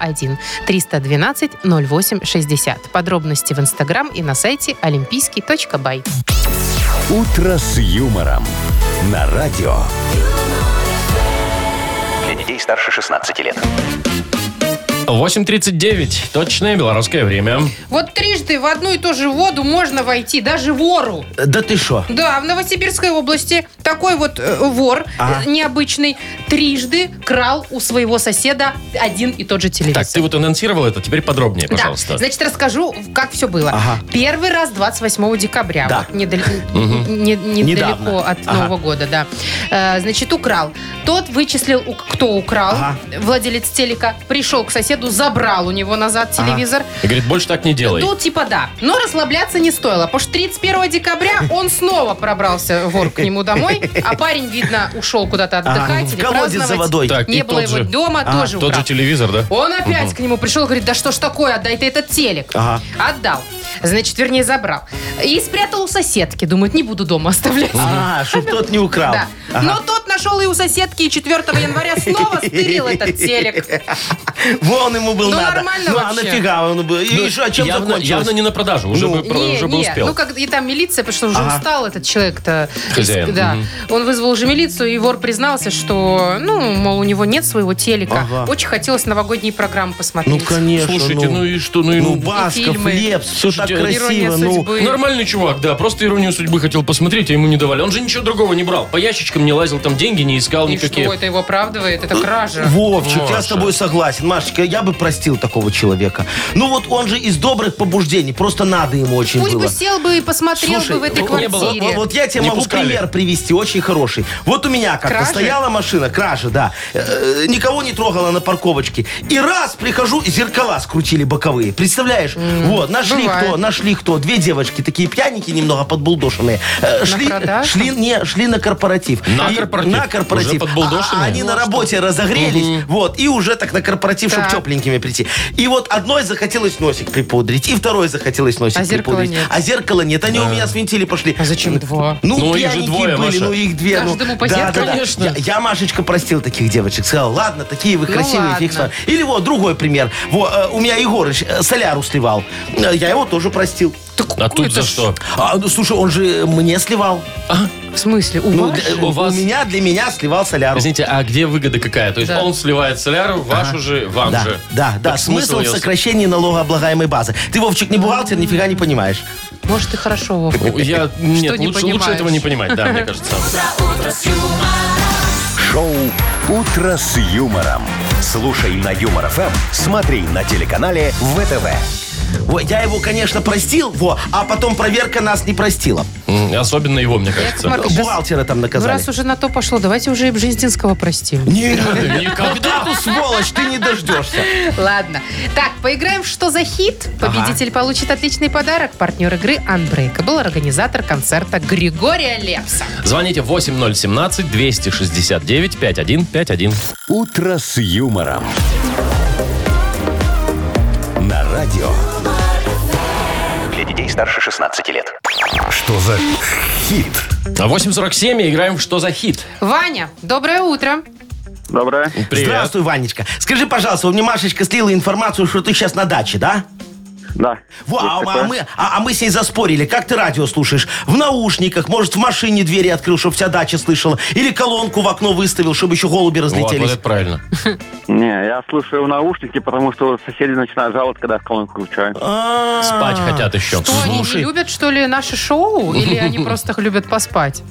[SPEAKER 3] А1-312-08-60. Подробности в Инстаграм и на сайте олимпийский.бай.
[SPEAKER 1] «Утро с юмором» на радио.
[SPEAKER 6] Для детей старше 16 лет.
[SPEAKER 2] 8.39. Точное белорусское время.
[SPEAKER 3] Вот трижды в одну и ту же воду можно войти, даже вору.
[SPEAKER 4] Э, Да ты что?
[SPEAKER 3] Да, в Новосибирской области такой вот э, вор
[SPEAKER 4] Ага.
[SPEAKER 3] э, необычный трижды крал у своего соседа один и тот же телевизор.
[SPEAKER 2] Так, ты вот анонсировал это, теперь подробнее,
[SPEAKER 3] Да.
[SPEAKER 2] пожалуйста.
[SPEAKER 3] Значит, расскажу, как все было.
[SPEAKER 4] Ага.
[SPEAKER 3] Первый раз 28 декабря,
[SPEAKER 4] Да.
[SPEAKER 3] вот, недал-
[SPEAKER 2] Мгм.
[SPEAKER 3] не- не-
[SPEAKER 4] Недавно.
[SPEAKER 3] недалеко от
[SPEAKER 4] Ага.
[SPEAKER 3] Нового года, да. Э, Значит, украл. Тот вычислил, у- кто украл,
[SPEAKER 4] Ага.
[SPEAKER 3] владелец телека, пришел к соседу, забрал у него назад
[SPEAKER 4] Ага.
[SPEAKER 3] телевизор.
[SPEAKER 2] И говорит, больше так не делай.
[SPEAKER 3] Тут типа да. Но расслабляться не стоило, потому что 31 декабря он снова пробрался вор к нему домой, а парень, видно, ушел куда-то
[SPEAKER 4] Ага.
[SPEAKER 3] отдыхать
[SPEAKER 4] А, В
[SPEAKER 3] или
[SPEAKER 4] колодец за
[SPEAKER 3] праздновать.
[SPEAKER 4] водой.
[SPEAKER 2] Так, и
[SPEAKER 3] Не было
[SPEAKER 2] тот
[SPEAKER 3] его
[SPEAKER 2] же.
[SPEAKER 3] дома,
[SPEAKER 4] А,
[SPEAKER 3] тоже
[SPEAKER 2] Тот же
[SPEAKER 3] украл.
[SPEAKER 2] телевизор, да?
[SPEAKER 3] Он опять к нему пришел, говорит, да что ж такое, отдай ты этот телек.
[SPEAKER 4] Ага.
[SPEAKER 3] Отдал. Значит, вернее, забрал. И спрятал у соседки. Думает, не буду дома оставлять.
[SPEAKER 4] А, чтоб тот не украл.
[SPEAKER 3] Да. Но тот нашел и у соседки, и 4 января снова стырил этот телек.
[SPEAKER 4] Вон ему был
[SPEAKER 3] Ну,
[SPEAKER 4] надо.
[SPEAKER 3] нормально
[SPEAKER 4] ну,
[SPEAKER 3] вообще.
[SPEAKER 4] а нафига он был? И
[SPEAKER 2] Ну,
[SPEAKER 4] еще, а чем
[SPEAKER 2] явно,
[SPEAKER 4] закончилось?
[SPEAKER 2] явно не на продажу, уже,
[SPEAKER 4] Ну.
[SPEAKER 2] бы, про-
[SPEAKER 3] Не,
[SPEAKER 2] уже бы
[SPEAKER 3] не.
[SPEAKER 2] успел.
[SPEAKER 3] Ну, как и там милиция, потому что уже
[SPEAKER 4] Ага.
[SPEAKER 3] устал этот человек-то.
[SPEAKER 2] Хозяин,
[SPEAKER 3] Из- Да. Он вызвал уже милицию, и вор признался, что, ну, мол, у него нет своего телека.
[SPEAKER 4] Ага.
[SPEAKER 3] Очень хотелось новогодние программы
[SPEAKER 4] Ну,
[SPEAKER 3] посмотреть.
[SPEAKER 4] конечно.
[SPEAKER 2] Слушайте, ну и что, ну и
[SPEAKER 4] Ну,
[SPEAKER 2] ну,
[SPEAKER 4] Басков,
[SPEAKER 3] фильмы.
[SPEAKER 4] Лепс, все так
[SPEAKER 2] Слушайте,
[SPEAKER 3] Ирония
[SPEAKER 4] красиво. Ну,
[SPEAKER 3] судьбы.
[SPEAKER 2] Нормальный чувак, да, просто иронию судьбы хотел посмотреть, а ему не давали. Он же ничего другого не брал. По девушкам не лазил, там деньги не искал
[SPEAKER 3] И
[SPEAKER 2] никакие.
[SPEAKER 3] что, это его оправдывает?
[SPEAKER 4] Э,
[SPEAKER 3] Это кража.
[SPEAKER 4] Вовчик, я с
[SPEAKER 2] Маша.
[SPEAKER 4] тобой согласен. Машечка, я бы простил такого человека. Ну вот он же из добрых побуждений, просто надо ему очень
[SPEAKER 3] Пусть
[SPEAKER 4] было.
[SPEAKER 3] бы сел бы и посмотрел
[SPEAKER 4] Слушай, э,
[SPEAKER 3] бы в этой
[SPEAKER 2] ну, не было.
[SPEAKER 4] Вот,
[SPEAKER 3] квартире.
[SPEAKER 4] а вот я тебе
[SPEAKER 2] Не
[SPEAKER 4] могу
[SPEAKER 2] пускали.
[SPEAKER 4] пример привести, очень хороший. Вот у меня как-то
[SPEAKER 3] Кражи?
[SPEAKER 4] стояла машина, кража, да. Э, э, никого не трогала на парковочке. И раз прихожу, зеркала скрутили боковые. Представляешь? вот, нашли
[SPEAKER 3] бывает.
[SPEAKER 4] кто, нашли кто. Две девочки, такие пьяненькие немного, подбулдошенные. Э, шли,
[SPEAKER 3] продажу?
[SPEAKER 4] шли, не, шли на корпоратив.
[SPEAKER 2] На
[SPEAKER 4] И-
[SPEAKER 2] корпоратив?
[SPEAKER 4] На корпоратив.
[SPEAKER 2] Уже подбулдошенные?
[SPEAKER 4] А они на работе разогрелись, вот, и уже так на корпоратив, чтобы
[SPEAKER 3] Так.
[SPEAKER 4] тепленькими прийти. И вот одной захотелось носик припудрить, и второй захотелось носик
[SPEAKER 3] А зеркала
[SPEAKER 4] припудрить.
[SPEAKER 3] нет.
[SPEAKER 4] А зеркала нет, они у меня свинтили, пошли.
[SPEAKER 3] А зачем два?
[SPEAKER 4] Ну,
[SPEAKER 2] Ну, их же
[SPEAKER 4] пьяненькие
[SPEAKER 2] двое,
[SPEAKER 4] были,
[SPEAKER 2] Маша.
[SPEAKER 4] ну их две. ну.
[SPEAKER 3] Каждому по
[SPEAKER 4] Да, да, да.
[SPEAKER 2] Конечно.
[SPEAKER 4] Я, я, Машечка, простил таких девочек. Сказал, ладно, такие вы
[SPEAKER 3] Ну,
[SPEAKER 4] красивые, фиг с
[SPEAKER 3] ладно.
[SPEAKER 4] вами». Или вот, другой пример. Во, э, у меня Егорыч э, соляру сливал. Э, я его тоже простил.
[SPEAKER 2] А тут за что?
[SPEAKER 4] А, ну, слушай, он же мне сливал.
[SPEAKER 3] В смысле? У
[SPEAKER 4] Ну,
[SPEAKER 3] вас?
[SPEAKER 4] для-
[SPEAKER 2] У вас?
[SPEAKER 4] у меня, для меня сливал соляру.
[SPEAKER 2] Извините, а где выгода какая? То есть
[SPEAKER 3] Да.
[SPEAKER 2] он сливает соляру, вашу же, вам
[SPEAKER 4] Да,
[SPEAKER 2] же.
[SPEAKER 4] да, да.
[SPEAKER 2] Так
[SPEAKER 4] Смысл в
[SPEAKER 2] её-
[SPEAKER 4] сокращении налогооблагаемой базы. Ты, Вовчик, не бухгалтер, нифига не понимаешь.
[SPEAKER 3] Может, и хорошо, Вов.
[SPEAKER 2] Я, нет,
[SPEAKER 3] Что не
[SPEAKER 2] лучше, лучше этого
[SPEAKER 3] понимаешь?
[SPEAKER 2] не понимать, да, мне кажется.
[SPEAKER 1] Шоу «Утро с юмором». Слушай на Юмор ФМ, смотри на телеканале ВТВ.
[SPEAKER 4] Во, я его, конечно, простил, во, а потом проверка нас не простила.
[SPEAKER 2] М, Особенно его, мне кажется.
[SPEAKER 3] Маркович, раз-
[SPEAKER 4] Бухгалтера там
[SPEAKER 3] Ну,
[SPEAKER 4] наказали.
[SPEAKER 3] раз уже на то пошло, давайте уже и Бжезинского простим.
[SPEAKER 4] Нет,
[SPEAKER 2] Никогда.
[SPEAKER 4] эту сволочь ты не дождешься.
[SPEAKER 3] Ладно. Так, поиграем в «Что за хит?». Победитель получит отличный подарок. Партнер игры «Анбрейк». Был организатор концерта Григория Лепса.
[SPEAKER 2] Звоните 8017-269-5151.
[SPEAKER 1] «Утро с юмором». На радио.
[SPEAKER 6] Для детей старше 16 лет.
[SPEAKER 1] Что за хит?
[SPEAKER 2] А 8.47 и играем в «Что за хит?».
[SPEAKER 3] Ваня, доброе утро.
[SPEAKER 5] Доброе.
[SPEAKER 2] Привет.
[SPEAKER 4] Здравствуй, Ванечка. Скажи, пожалуйста, у меня Машечка слила информацию, что ты сейчас на даче, да?
[SPEAKER 5] Да.
[SPEAKER 4] Во,
[SPEAKER 5] Есть
[SPEAKER 4] а, а
[SPEAKER 5] такое.
[SPEAKER 4] мы, а- а мы с ней заспорили. Как ты радио слушаешь? В наушниках, может, в машине двери открыл, чтобы вся дача слышала. Или колонку в окно выставил, чтобы еще голуби
[SPEAKER 2] Вот, вот
[SPEAKER 4] разлетелись.
[SPEAKER 2] это правильно.
[SPEAKER 5] Не, я слушаю в наушники, потому что соседи начинают жаловаться, когда я колонку включаю.
[SPEAKER 4] А,
[SPEAKER 2] Спать хотят еще.
[SPEAKER 3] Что, они не
[SPEAKER 4] Слушай.
[SPEAKER 3] любят, что ли, наше шоу? Или они просто любят поспать?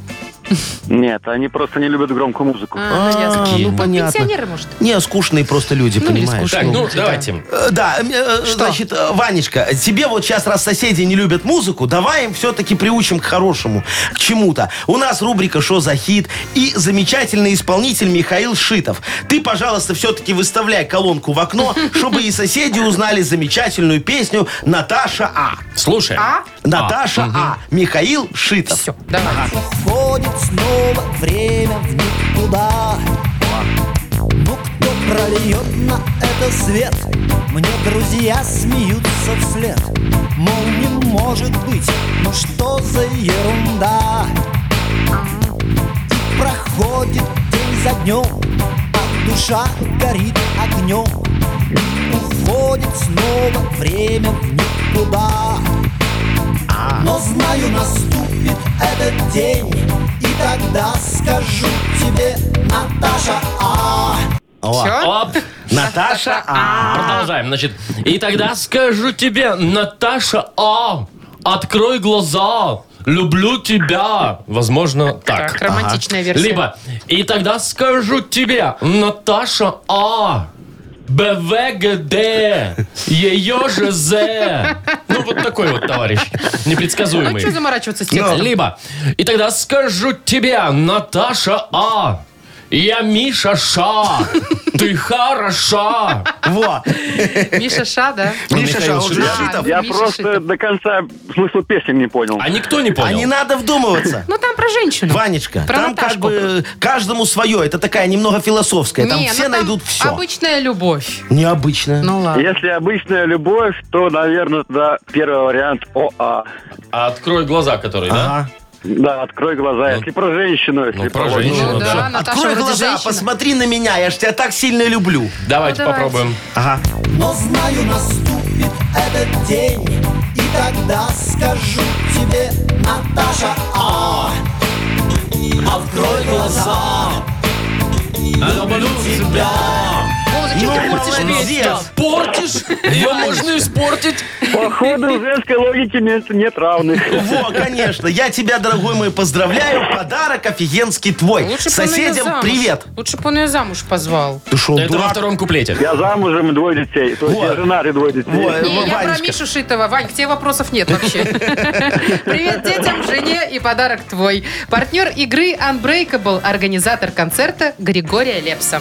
[SPEAKER 5] Нет, они просто не любят громкую музыку.
[SPEAKER 3] А, ну, ясно.
[SPEAKER 4] ну,
[SPEAKER 3] Ну,
[SPEAKER 4] понятно.
[SPEAKER 3] Пенсионеры, может?
[SPEAKER 4] Не, скучные просто люди,
[SPEAKER 3] Ну, или
[SPEAKER 4] понимаешь?
[SPEAKER 2] Так, ну, давайте.
[SPEAKER 4] Э, Да, э, э, значит, э, Ванечка, тебе вот сейчас, раз соседи не любят музыку, давай им все-таки приучим к хорошему, к чему-то. У нас рубрика «Шо за хит» и замечательный исполнитель Михаил Шитов. Ты, пожалуйста, все-таки выставляй колонку в окно, чтобы и соседи узнали замечательную песню «Наташа А».
[SPEAKER 2] Слушай.
[SPEAKER 3] А?
[SPEAKER 4] Наташа А. Михаил Шитов.
[SPEAKER 3] Все, давай.
[SPEAKER 9] Ходит снова время в никуда Ну кто прольет на это свет Мне друзья смеются вслед Мол, не может быть, ну что за ерунда И проходит день за днем А душа горит огнем И уходит снова время в никуда но знаю, наступит этот день И тогда скажу тебе, Наташа, а
[SPEAKER 3] Все?
[SPEAKER 2] Оп.
[SPEAKER 4] Наташа А.
[SPEAKER 2] Продолжаем, значит. И тогда скажу тебе, Наташа А, открой глаза, люблю тебя. Возможно, так.
[SPEAKER 3] Так, романтичная версия.
[SPEAKER 2] Либо, и тогда скажу тебе, Наташа А, БВГД, ее же З. Ну, вот такой вот товарищ,
[SPEAKER 3] Ну,
[SPEAKER 2] непредсказуемый.
[SPEAKER 3] что заморачиваться с
[SPEAKER 2] Ну,
[SPEAKER 3] текстом?
[SPEAKER 2] либо. И тогда скажу тебе, Наташа А. Я Миша Ша. Ты хороша.
[SPEAKER 4] Во.
[SPEAKER 3] Миша Ша, да? А, ну,
[SPEAKER 4] Миша Ша,
[SPEAKER 2] Михаил
[SPEAKER 4] он же
[SPEAKER 2] Шитов.
[SPEAKER 4] Шитов.
[SPEAKER 5] Я
[SPEAKER 3] Миша
[SPEAKER 5] просто
[SPEAKER 3] Шитов.
[SPEAKER 5] до конца смысла песни не понял.
[SPEAKER 2] А никто не
[SPEAKER 4] А
[SPEAKER 2] понял.
[SPEAKER 4] не надо вдумываться.
[SPEAKER 3] Ну, там про женщину.
[SPEAKER 4] Ванечка,
[SPEAKER 3] Про
[SPEAKER 4] там как
[SPEAKER 3] Наташку.
[SPEAKER 4] бы э, каждому свое. Это такая немного философская. Там
[SPEAKER 3] Не, ну,
[SPEAKER 4] все найдут все.
[SPEAKER 3] Обычная любовь.
[SPEAKER 4] Необычно.
[SPEAKER 3] Ну ладно.
[SPEAKER 5] Если обычная любовь, то, наверное, да, первый вариант ОА.
[SPEAKER 2] А открой глаза, который, да?
[SPEAKER 4] Ага.
[SPEAKER 5] Да, открой глаза. Если про женщину, если
[SPEAKER 2] ну, про
[SPEAKER 5] вот-
[SPEAKER 2] женщину.
[SPEAKER 3] Ну
[SPEAKER 2] да.
[SPEAKER 3] да, Наташа
[SPEAKER 4] Открой
[SPEAKER 3] вроде
[SPEAKER 4] глаза,
[SPEAKER 3] женщина.
[SPEAKER 4] посмотри на меня, я ж тебя так сильно люблю.
[SPEAKER 2] Давайте
[SPEAKER 3] Ну, давайте.
[SPEAKER 2] попробуем.
[SPEAKER 4] Ага.
[SPEAKER 9] Но знаю, наступит этот день И тогда скажу тебе, Наташа, а Открой глаза
[SPEAKER 2] А Люблю тебя.
[SPEAKER 3] Музыка Чё
[SPEAKER 4] Ну,
[SPEAKER 3] ты портишь
[SPEAKER 4] молодец.
[SPEAKER 3] песню?
[SPEAKER 2] Портишь? Ее можно испортить.
[SPEAKER 5] Походу, в женской логике нет, нет равных.
[SPEAKER 4] Во, конечно. Я тебя, дорогой мой, поздравляю. Подарок офигенский твой.
[SPEAKER 3] Лучше бы он её
[SPEAKER 4] Соседям
[SPEAKER 3] замуж-
[SPEAKER 4] привет.
[SPEAKER 3] Лучше бы он ее замуж позвал.
[SPEAKER 4] Ты шо,
[SPEAKER 2] Это во
[SPEAKER 4] дурак?
[SPEAKER 2] втором куплете.
[SPEAKER 5] Я а замужем и двое детей. То есть
[SPEAKER 4] Вот.
[SPEAKER 5] я женат и двое детей.
[SPEAKER 4] Во,
[SPEAKER 3] Не, я про
[SPEAKER 4] Ванечка.
[SPEAKER 3] Мишу Шитова. Вань, к тебе вопросов нет вообще. Привет детям, жене и подарок твой. Партнер игры Unbreakable, организатор концерта Григория Лепса.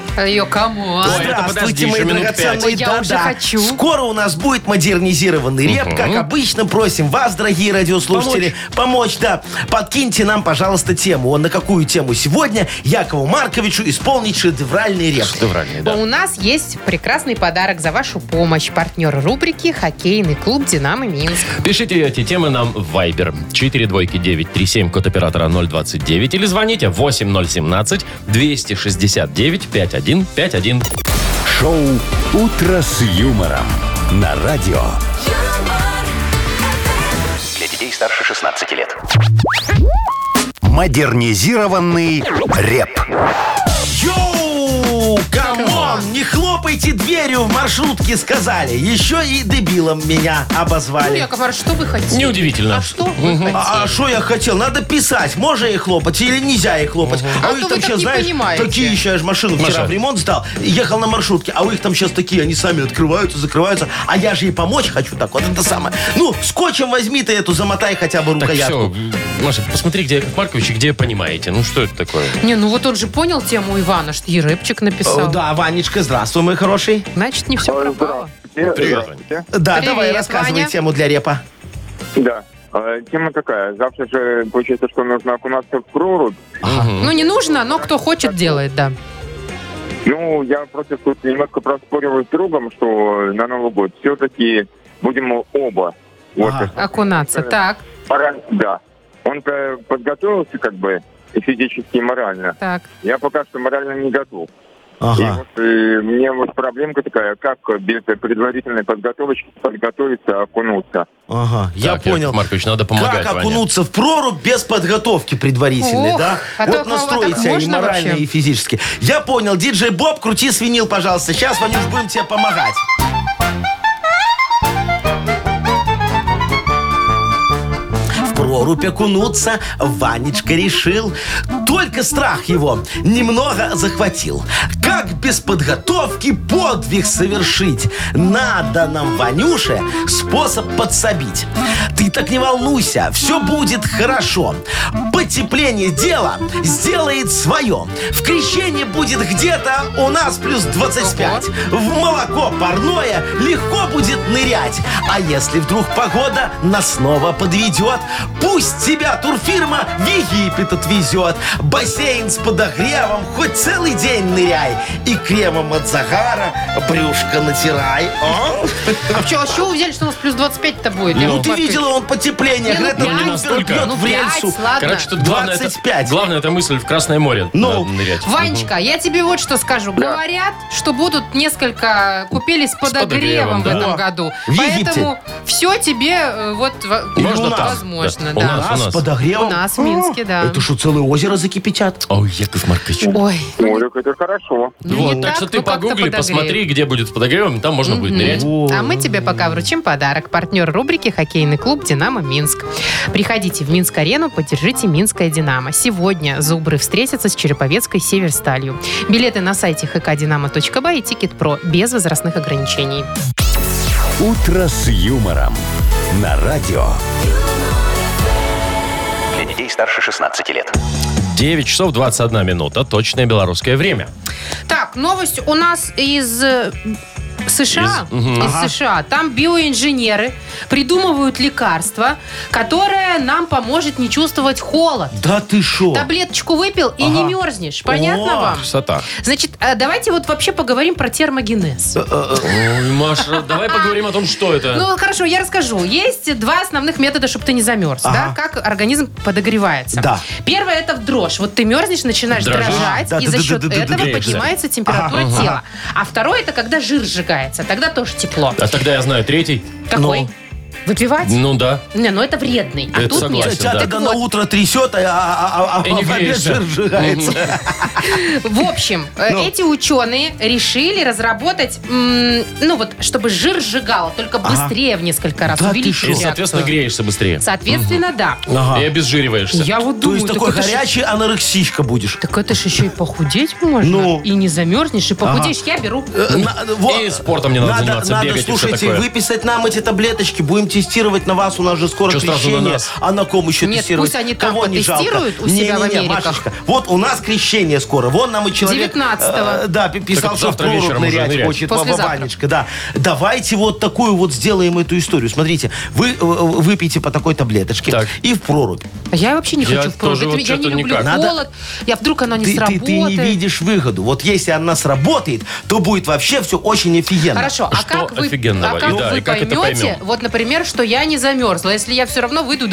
[SPEAKER 3] Ее кому?
[SPEAKER 2] Ой, это подожди,
[SPEAKER 4] Здравствуйте,
[SPEAKER 2] еще
[SPEAKER 4] мои
[SPEAKER 2] минут
[SPEAKER 4] драгоценные.
[SPEAKER 3] пять. Я уже хочу.
[SPEAKER 4] Скоро у нас будет модернизированный реп. Как обычно, просим вас, дорогие радиослушатели, помочь. да. Подкиньте нам, пожалуйста, тему. Он на какую тему сегодня Якову Марковичу исполнить шедевральный реп.
[SPEAKER 2] Шедевральный, да.
[SPEAKER 3] У нас есть прекрасный подарок за вашу помощь. Партнер рубрики «Хоккейный клуб «Динамо Минск».
[SPEAKER 2] Пишите эти темы нам в Viber 4 двойки 937 код оператора 029 или звоните 8017 269 5151.
[SPEAKER 1] Шоу «Утро с юмором» на радио.
[SPEAKER 6] Для детей старше 16 лет.
[SPEAKER 1] Модернизированный реп.
[SPEAKER 4] Йоу! Камон! Не хлопайте дверью в маршрутке, сказали. Еще и дебилом меня
[SPEAKER 3] Ну,
[SPEAKER 4] обозвали.
[SPEAKER 3] Яков Маркович, что вы хотите?
[SPEAKER 2] Неудивительно.
[SPEAKER 3] А что вы хотите?
[SPEAKER 4] А что я хотел? Надо писать. Можно и хлопать или нельзя и хлопать.
[SPEAKER 3] А то вы так
[SPEAKER 4] щас,
[SPEAKER 3] не понимаете.
[SPEAKER 4] такие еще, я ж машину вчера
[SPEAKER 2] Маша.
[SPEAKER 4] в ремонт сдал, ехал на маршрутке, а у их там сейчас такие, они сами открываются, закрываются, а я же и помочь хочу так, вот это самое. Ну, скотчем возьми ты эту, замотай хотя бы
[SPEAKER 2] Так,
[SPEAKER 4] рукоятку.
[SPEAKER 2] все, Маша, посмотри, где Яков Маркович и где понимаете. Ну, что это такое?
[SPEAKER 3] Не, ну вот он же понял тему Ивана, что и рэпчик
[SPEAKER 4] Э,
[SPEAKER 3] написал.
[SPEAKER 4] Да, Ванечка, здравствуй, мой хороший.
[SPEAKER 3] Значит, не все
[SPEAKER 2] Э,
[SPEAKER 3] пропало.
[SPEAKER 2] Привет,
[SPEAKER 4] Да,
[SPEAKER 3] Привет,
[SPEAKER 4] давай, рассказывай
[SPEAKER 3] Ваня.
[SPEAKER 4] тему для репа.
[SPEAKER 5] Да. А, Тема такая. Завтра же получается, что нужно окунаться в прорубь.
[SPEAKER 3] Ну, не нужно, но кто хочет, делает, да.
[SPEAKER 5] Ну, я просто тут немножко проспорил с другом, что на Новый год все-таки будем оба. Вот,
[SPEAKER 4] Ага.
[SPEAKER 2] Э.
[SPEAKER 3] Окунаться. Так,
[SPEAKER 5] пора, да. Он подготовился как бы и физически, и морально.
[SPEAKER 3] так.
[SPEAKER 5] Я пока что морально не готов. И
[SPEAKER 4] Ага.
[SPEAKER 5] вот э, мне вот проблемка такая, как без предварительной подготовки подготовиться, окунуться.
[SPEAKER 4] Ага, я
[SPEAKER 2] Так, Яков
[SPEAKER 4] понял.
[SPEAKER 2] Маркович, надо помогать,
[SPEAKER 4] Как
[SPEAKER 2] Ваня.
[SPEAKER 4] окунуться в прорубь без подготовки предварительной,
[SPEAKER 3] Ох,
[SPEAKER 4] да?
[SPEAKER 3] а то,
[SPEAKER 4] вот
[SPEAKER 3] а
[SPEAKER 4] настроить
[SPEAKER 3] так
[SPEAKER 4] себя и
[SPEAKER 3] можно
[SPEAKER 4] морально,
[SPEAKER 3] вообще?
[SPEAKER 4] и физически. Я понял, диджей Боб, крути свинил, пожалуйста. Сейчас, Ванюш, будем тебе помогать. В прорубь окунуться Ванечка решил. Только страх его немного захватил. Как без подготовки подвиг совершить? Надо нам, Ванюше, способ подсобить. Ты так не волнуйся, все будет хорошо. Потепление дела сделает свое. В крещении будет где-то у нас плюс 25. В молоко парное легко будет нырять. А если вдруг погода нас снова подведет, пусть тебя турфирма в Египет отвезет. Бассейн с подогревом хоть целый день ныряй. И кремом от загара брюшко натирай. А?
[SPEAKER 3] А что, а с чего вы взяли, что у нас плюс 25-то будет? Яков
[SPEAKER 4] Ну ты
[SPEAKER 3] Маркович?
[SPEAKER 4] видела, он потепление.
[SPEAKER 3] Не, ну
[SPEAKER 4] Грета
[SPEAKER 3] пять,
[SPEAKER 4] Тунберг
[SPEAKER 2] настолько.
[SPEAKER 4] бьет
[SPEAKER 3] Ну
[SPEAKER 4] в
[SPEAKER 3] пять,
[SPEAKER 4] рельсу.
[SPEAKER 3] ладно.
[SPEAKER 2] Короче, тут главное, это,
[SPEAKER 4] 25.
[SPEAKER 2] главное это мысль в Красное море
[SPEAKER 4] Ну.
[SPEAKER 2] надо нырять.
[SPEAKER 3] Ванечка, я тебе вот что скажу. Говорят, что будут несколько купелей с
[SPEAKER 2] подогревом,
[SPEAKER 3] подогревом в
[SPEAKER 2] да.
[SPEAKER 3] этом
[SPEAKER 4] О,
[SPEAKER 3] году.
[SPEAKER 4] в Египте.
[SPEAKER 3] Поэтому все тебе э, вот во-
[SPEAKER 2] Можно
[SPEAKER 4] у
[SPEAKER 2] там.
[SPEAKER 4] нас.
[SPEAKER 3] возможно,
[SPEAKER 2] У
[SPEAKER 3] да.
[SPEAKER 2] нас, у
[SPEAKER 4] Нас
[SPEAKER 2] нас.
[SPEAKER 4] с подогревом.
[SPEAKER 3] У нас в Минске,
[SPEAKER 4] О,
[SPEAKER 3] да.
[SPEAKER 4] Это что, целое озеро закипятят?
[SPEAKER 2] Ой, Яков Маркович.
[SPEAKER 3] Ой,
[SPEAKER 5] Ой, так Ну, это хорошо.
[SPEAKER 3] ну
[SPEAKER 2] вот,
[SPEAKER 3] не
[SPEAKER 2] так,
[SPEAKER 3] так,
[SPEAKER 2] что
[SPEAKER 3] ну
[SPEAKER 2] ты
[SPEAKER 3] как-то
[SPEAKER 2] погугли,
[SPEAKER 3] подогреем.
[SPEAKER 2] посмотри, где будет с подогревом, и там можно будет
[SPEAKER 3] Мгм.
[SPEAKER 2] нырять.
[SPEAKER 3] А мы тебе пока вручим подарок. Партнер рубрики «Хоккейный клуб «Динамо Минск». Приходите в Минск-арену, поддержите «Минское Динамо». Сегодня «Зубры» встретятся с Череповецкой «Северсталью». Билеты на сайте hkdinamo.by и «Тикет.Про» без возрастных ограничений.
[SPEAKER 1] «Утро с юмором» на радио.
[SPEAKER 6] Для детей старше 16 лет.
[SPEAKER 2] 9 часов 21 минута, точное белорусское время.
[SPEAKER 3] Так, новость у нас из э, США.
[SPEAKER 2] Из-
[SPEAKER 3] Из, США. Там биоинженеры придумывают лекарство, которое нам поможет не чувствовать холод.
[SPEAKER 4] Да ты шо?
[SPEAKER 3] Таблеточку выпил и не мерзнешь. Понятно
[SPEAKER 4] О,
[SPEAKER 3] вам?
[SPEAKER 2] Красота.
[SPEAKER 3] Значит, э, давайте вот вообще поговорим про термогенез.
[SPEAKER 4] Э,
[SPEAKER 2] Ой, Маша, давай поговорим о том, что это.
[SPEAKER 3] Ну, хорошо, я расскажу. Есть два основных метода, чтобы ты не замерз.
[SPEAKER 4] Ага.
[SPEAKER 3] Да? Как организм подогревается.
[SPEAKER 4] Да.
[SPEAKER 3] Первое это в дрожь. Вот ты мерзнешь, начинаешь
[SPEAKER 2] Дрожишь?
[SPEAKER 3] дрожать,
[SPEAKER 4] Да,
[SPEAKER 3] и
[SPEAKER 4] да,
[SPEAKER 3] за
[SPEAKER 4] да,
[SPEAKER 3] счет
[SPEAKER 4] да, да, да,
[SPEAKER 3] этого
[SPEAKER 2] греешься.
[SPEAKER 3] поднимается температура тела. А второе это когда жир сжигается, тогда тоже тепло.
[SPEAKER 2] А тогда я знаю третий.
[SPEAKER 4] Ну.
[SPEAKER 3] Какой? Выпивать?
[SPEAKER 2] Ну да.
[SPEAKER 3] Не, ну это вредный. А
[SPEAKER 2] Это
[SPEAKER 3] тут
[SPEAKER 2] согласен.
[SPEAKER 3] нет.
[SPEAKER 2] да.
[SPEAKER 4] Тебя тогда
[SPEAKER 3] Так вот.
[SPEAKER 4] на утро трясет, а, а- а- а-
[SPEAKER 2] И не
[SPEAKER 4] а в обед
[SPEAKER 2] греешься.
[SPEAKER 4] жир сжигается.
[SPEAKER 3] В общем, э,
[SPEAKER 4] Ну.
[SPEAKER 3] эти ученые решили разработать, м, ну вот, чтобы жир сжигало, только быстрее в несколько раз
[SPEAKER 4] Да ты
[SPEAKER 3] увеличить
[SPEAKER 4] шо?
[SPEAKER 2] И,
[SPEAKER 3] реакцию.
[SPEAKER 2] соответственно, греешься быстрее.
[SPEAKER 3] Соответственно, да.
[SPEAKER 2] И
[SPEAKER 4] Ага.
[SPEAKER 2] обезжириваешься.
[SPEAKER 3] Я вот
[SPEAKER 4] То
[SPEAKER 3] думаю,
[SPEAKER 4] есть такой
[SPEAKER 3] так это ж-
[SPEAKER 4] горячий анорексичка будешь.
[SPEAKER 3] Так это ж еще и похудеть можно.
[SPEAKER 4] Ну.
[SPEAKER 3] И не замерзнешь, и похудеешь. Я беру.
[SPEAKER 4] Э, на- во-
[SPEAKER 2] И спортом не надо заниматься,
[SPEAKER 4] надо,
[SPEAKER 2] бегать и всё
[SPEAKER 4] слушайте,
[SPEAKER 2] такое.
[SPEAKER 4] выписать нам эти таблеточки, будем тестировать на вас, у нас же скоро
[SPEAKER 2] Чё сразу на
[SPEAKER 4] крещение.
[SPEAKER 2] нас?
[SPEAKER 4] а на ком еще
[SPEAKER 3] Нет,
[SPEAKER 4] тестировать?
[SPEAKER 3] пусть они там
[SPEAKER 4] Кого не жалко?
[SPEAKER 3] потестируют у
[SPEAKER 4] Не-не-не,
[SPEAKER 3] себя в Америках.
[SPEAKER 4] Машечка, вот у нас крещение скоро, вон нам и человек...
[SPEAKER 3] 19-го.
[SPEAKER 4] э, да, пи-
[SPEAKER 2] Так
[SPEAKER 4] писал,
[SPEAKER 2] это
[SPEAKER 4] что в
[SPEAKER 2] завтра
[SPEAKER 4] прорубь
[SPEAKER 2] вечером уже
[SPEAKER 4] нырять
[SPEAKER 2] нырять.
[SPEAKER 4] хочет Вова
[SPEAKER 3] Послезавтра.
[SPEAKER 4] Ванечка, да. Давайте вот такую вот сделаем эту историю. Смотрите, вы э, выпейте по такой таблеточке
[SPEAKER 2] Так.
[SPEAKER 4] и в прорубь.
[SPEAKER 3] А я вообще не
[SPEAKER 2] Я
[SPEAKER 3] хочу в прорубь.
[SPEAKER 2] тоже
[SPEAKER 3] Это
[SPEAKER 2] вот
[SPEAKER 3] ведь Я не
[SPEAKER 2] что-то
[SPEAKER 3] люблю
[SPEAKER 2] никак.
[SPEAKER 4] Надо-
[SPEAKER 3] холод. Я вдруг оно не
[SPEAKER 4] Ты, ты-
[SPEAKER 3] сработает.
[SPEAKER 4] ты не видишь выгоду. Вот если она сработает, то будет вообще все очень офигенно.
[SPEAKER 3] Хорошо, а
[SPEAKER 2] Что
[SPEAKER 3] как вы,
[SPEAKER 2] офигенного?
[SPEAKER 3] а как
[SPEAKER 2] И да,
[SPEAKER 3] вы
[SPEAKER 2] и как это
[SPEAKER 3] поймете,
[SPEAKER 2] поймем?
[SPEAKER 3] вот, например, что я не замерзла, если я все равно выйду...
[SPEAKER 4] А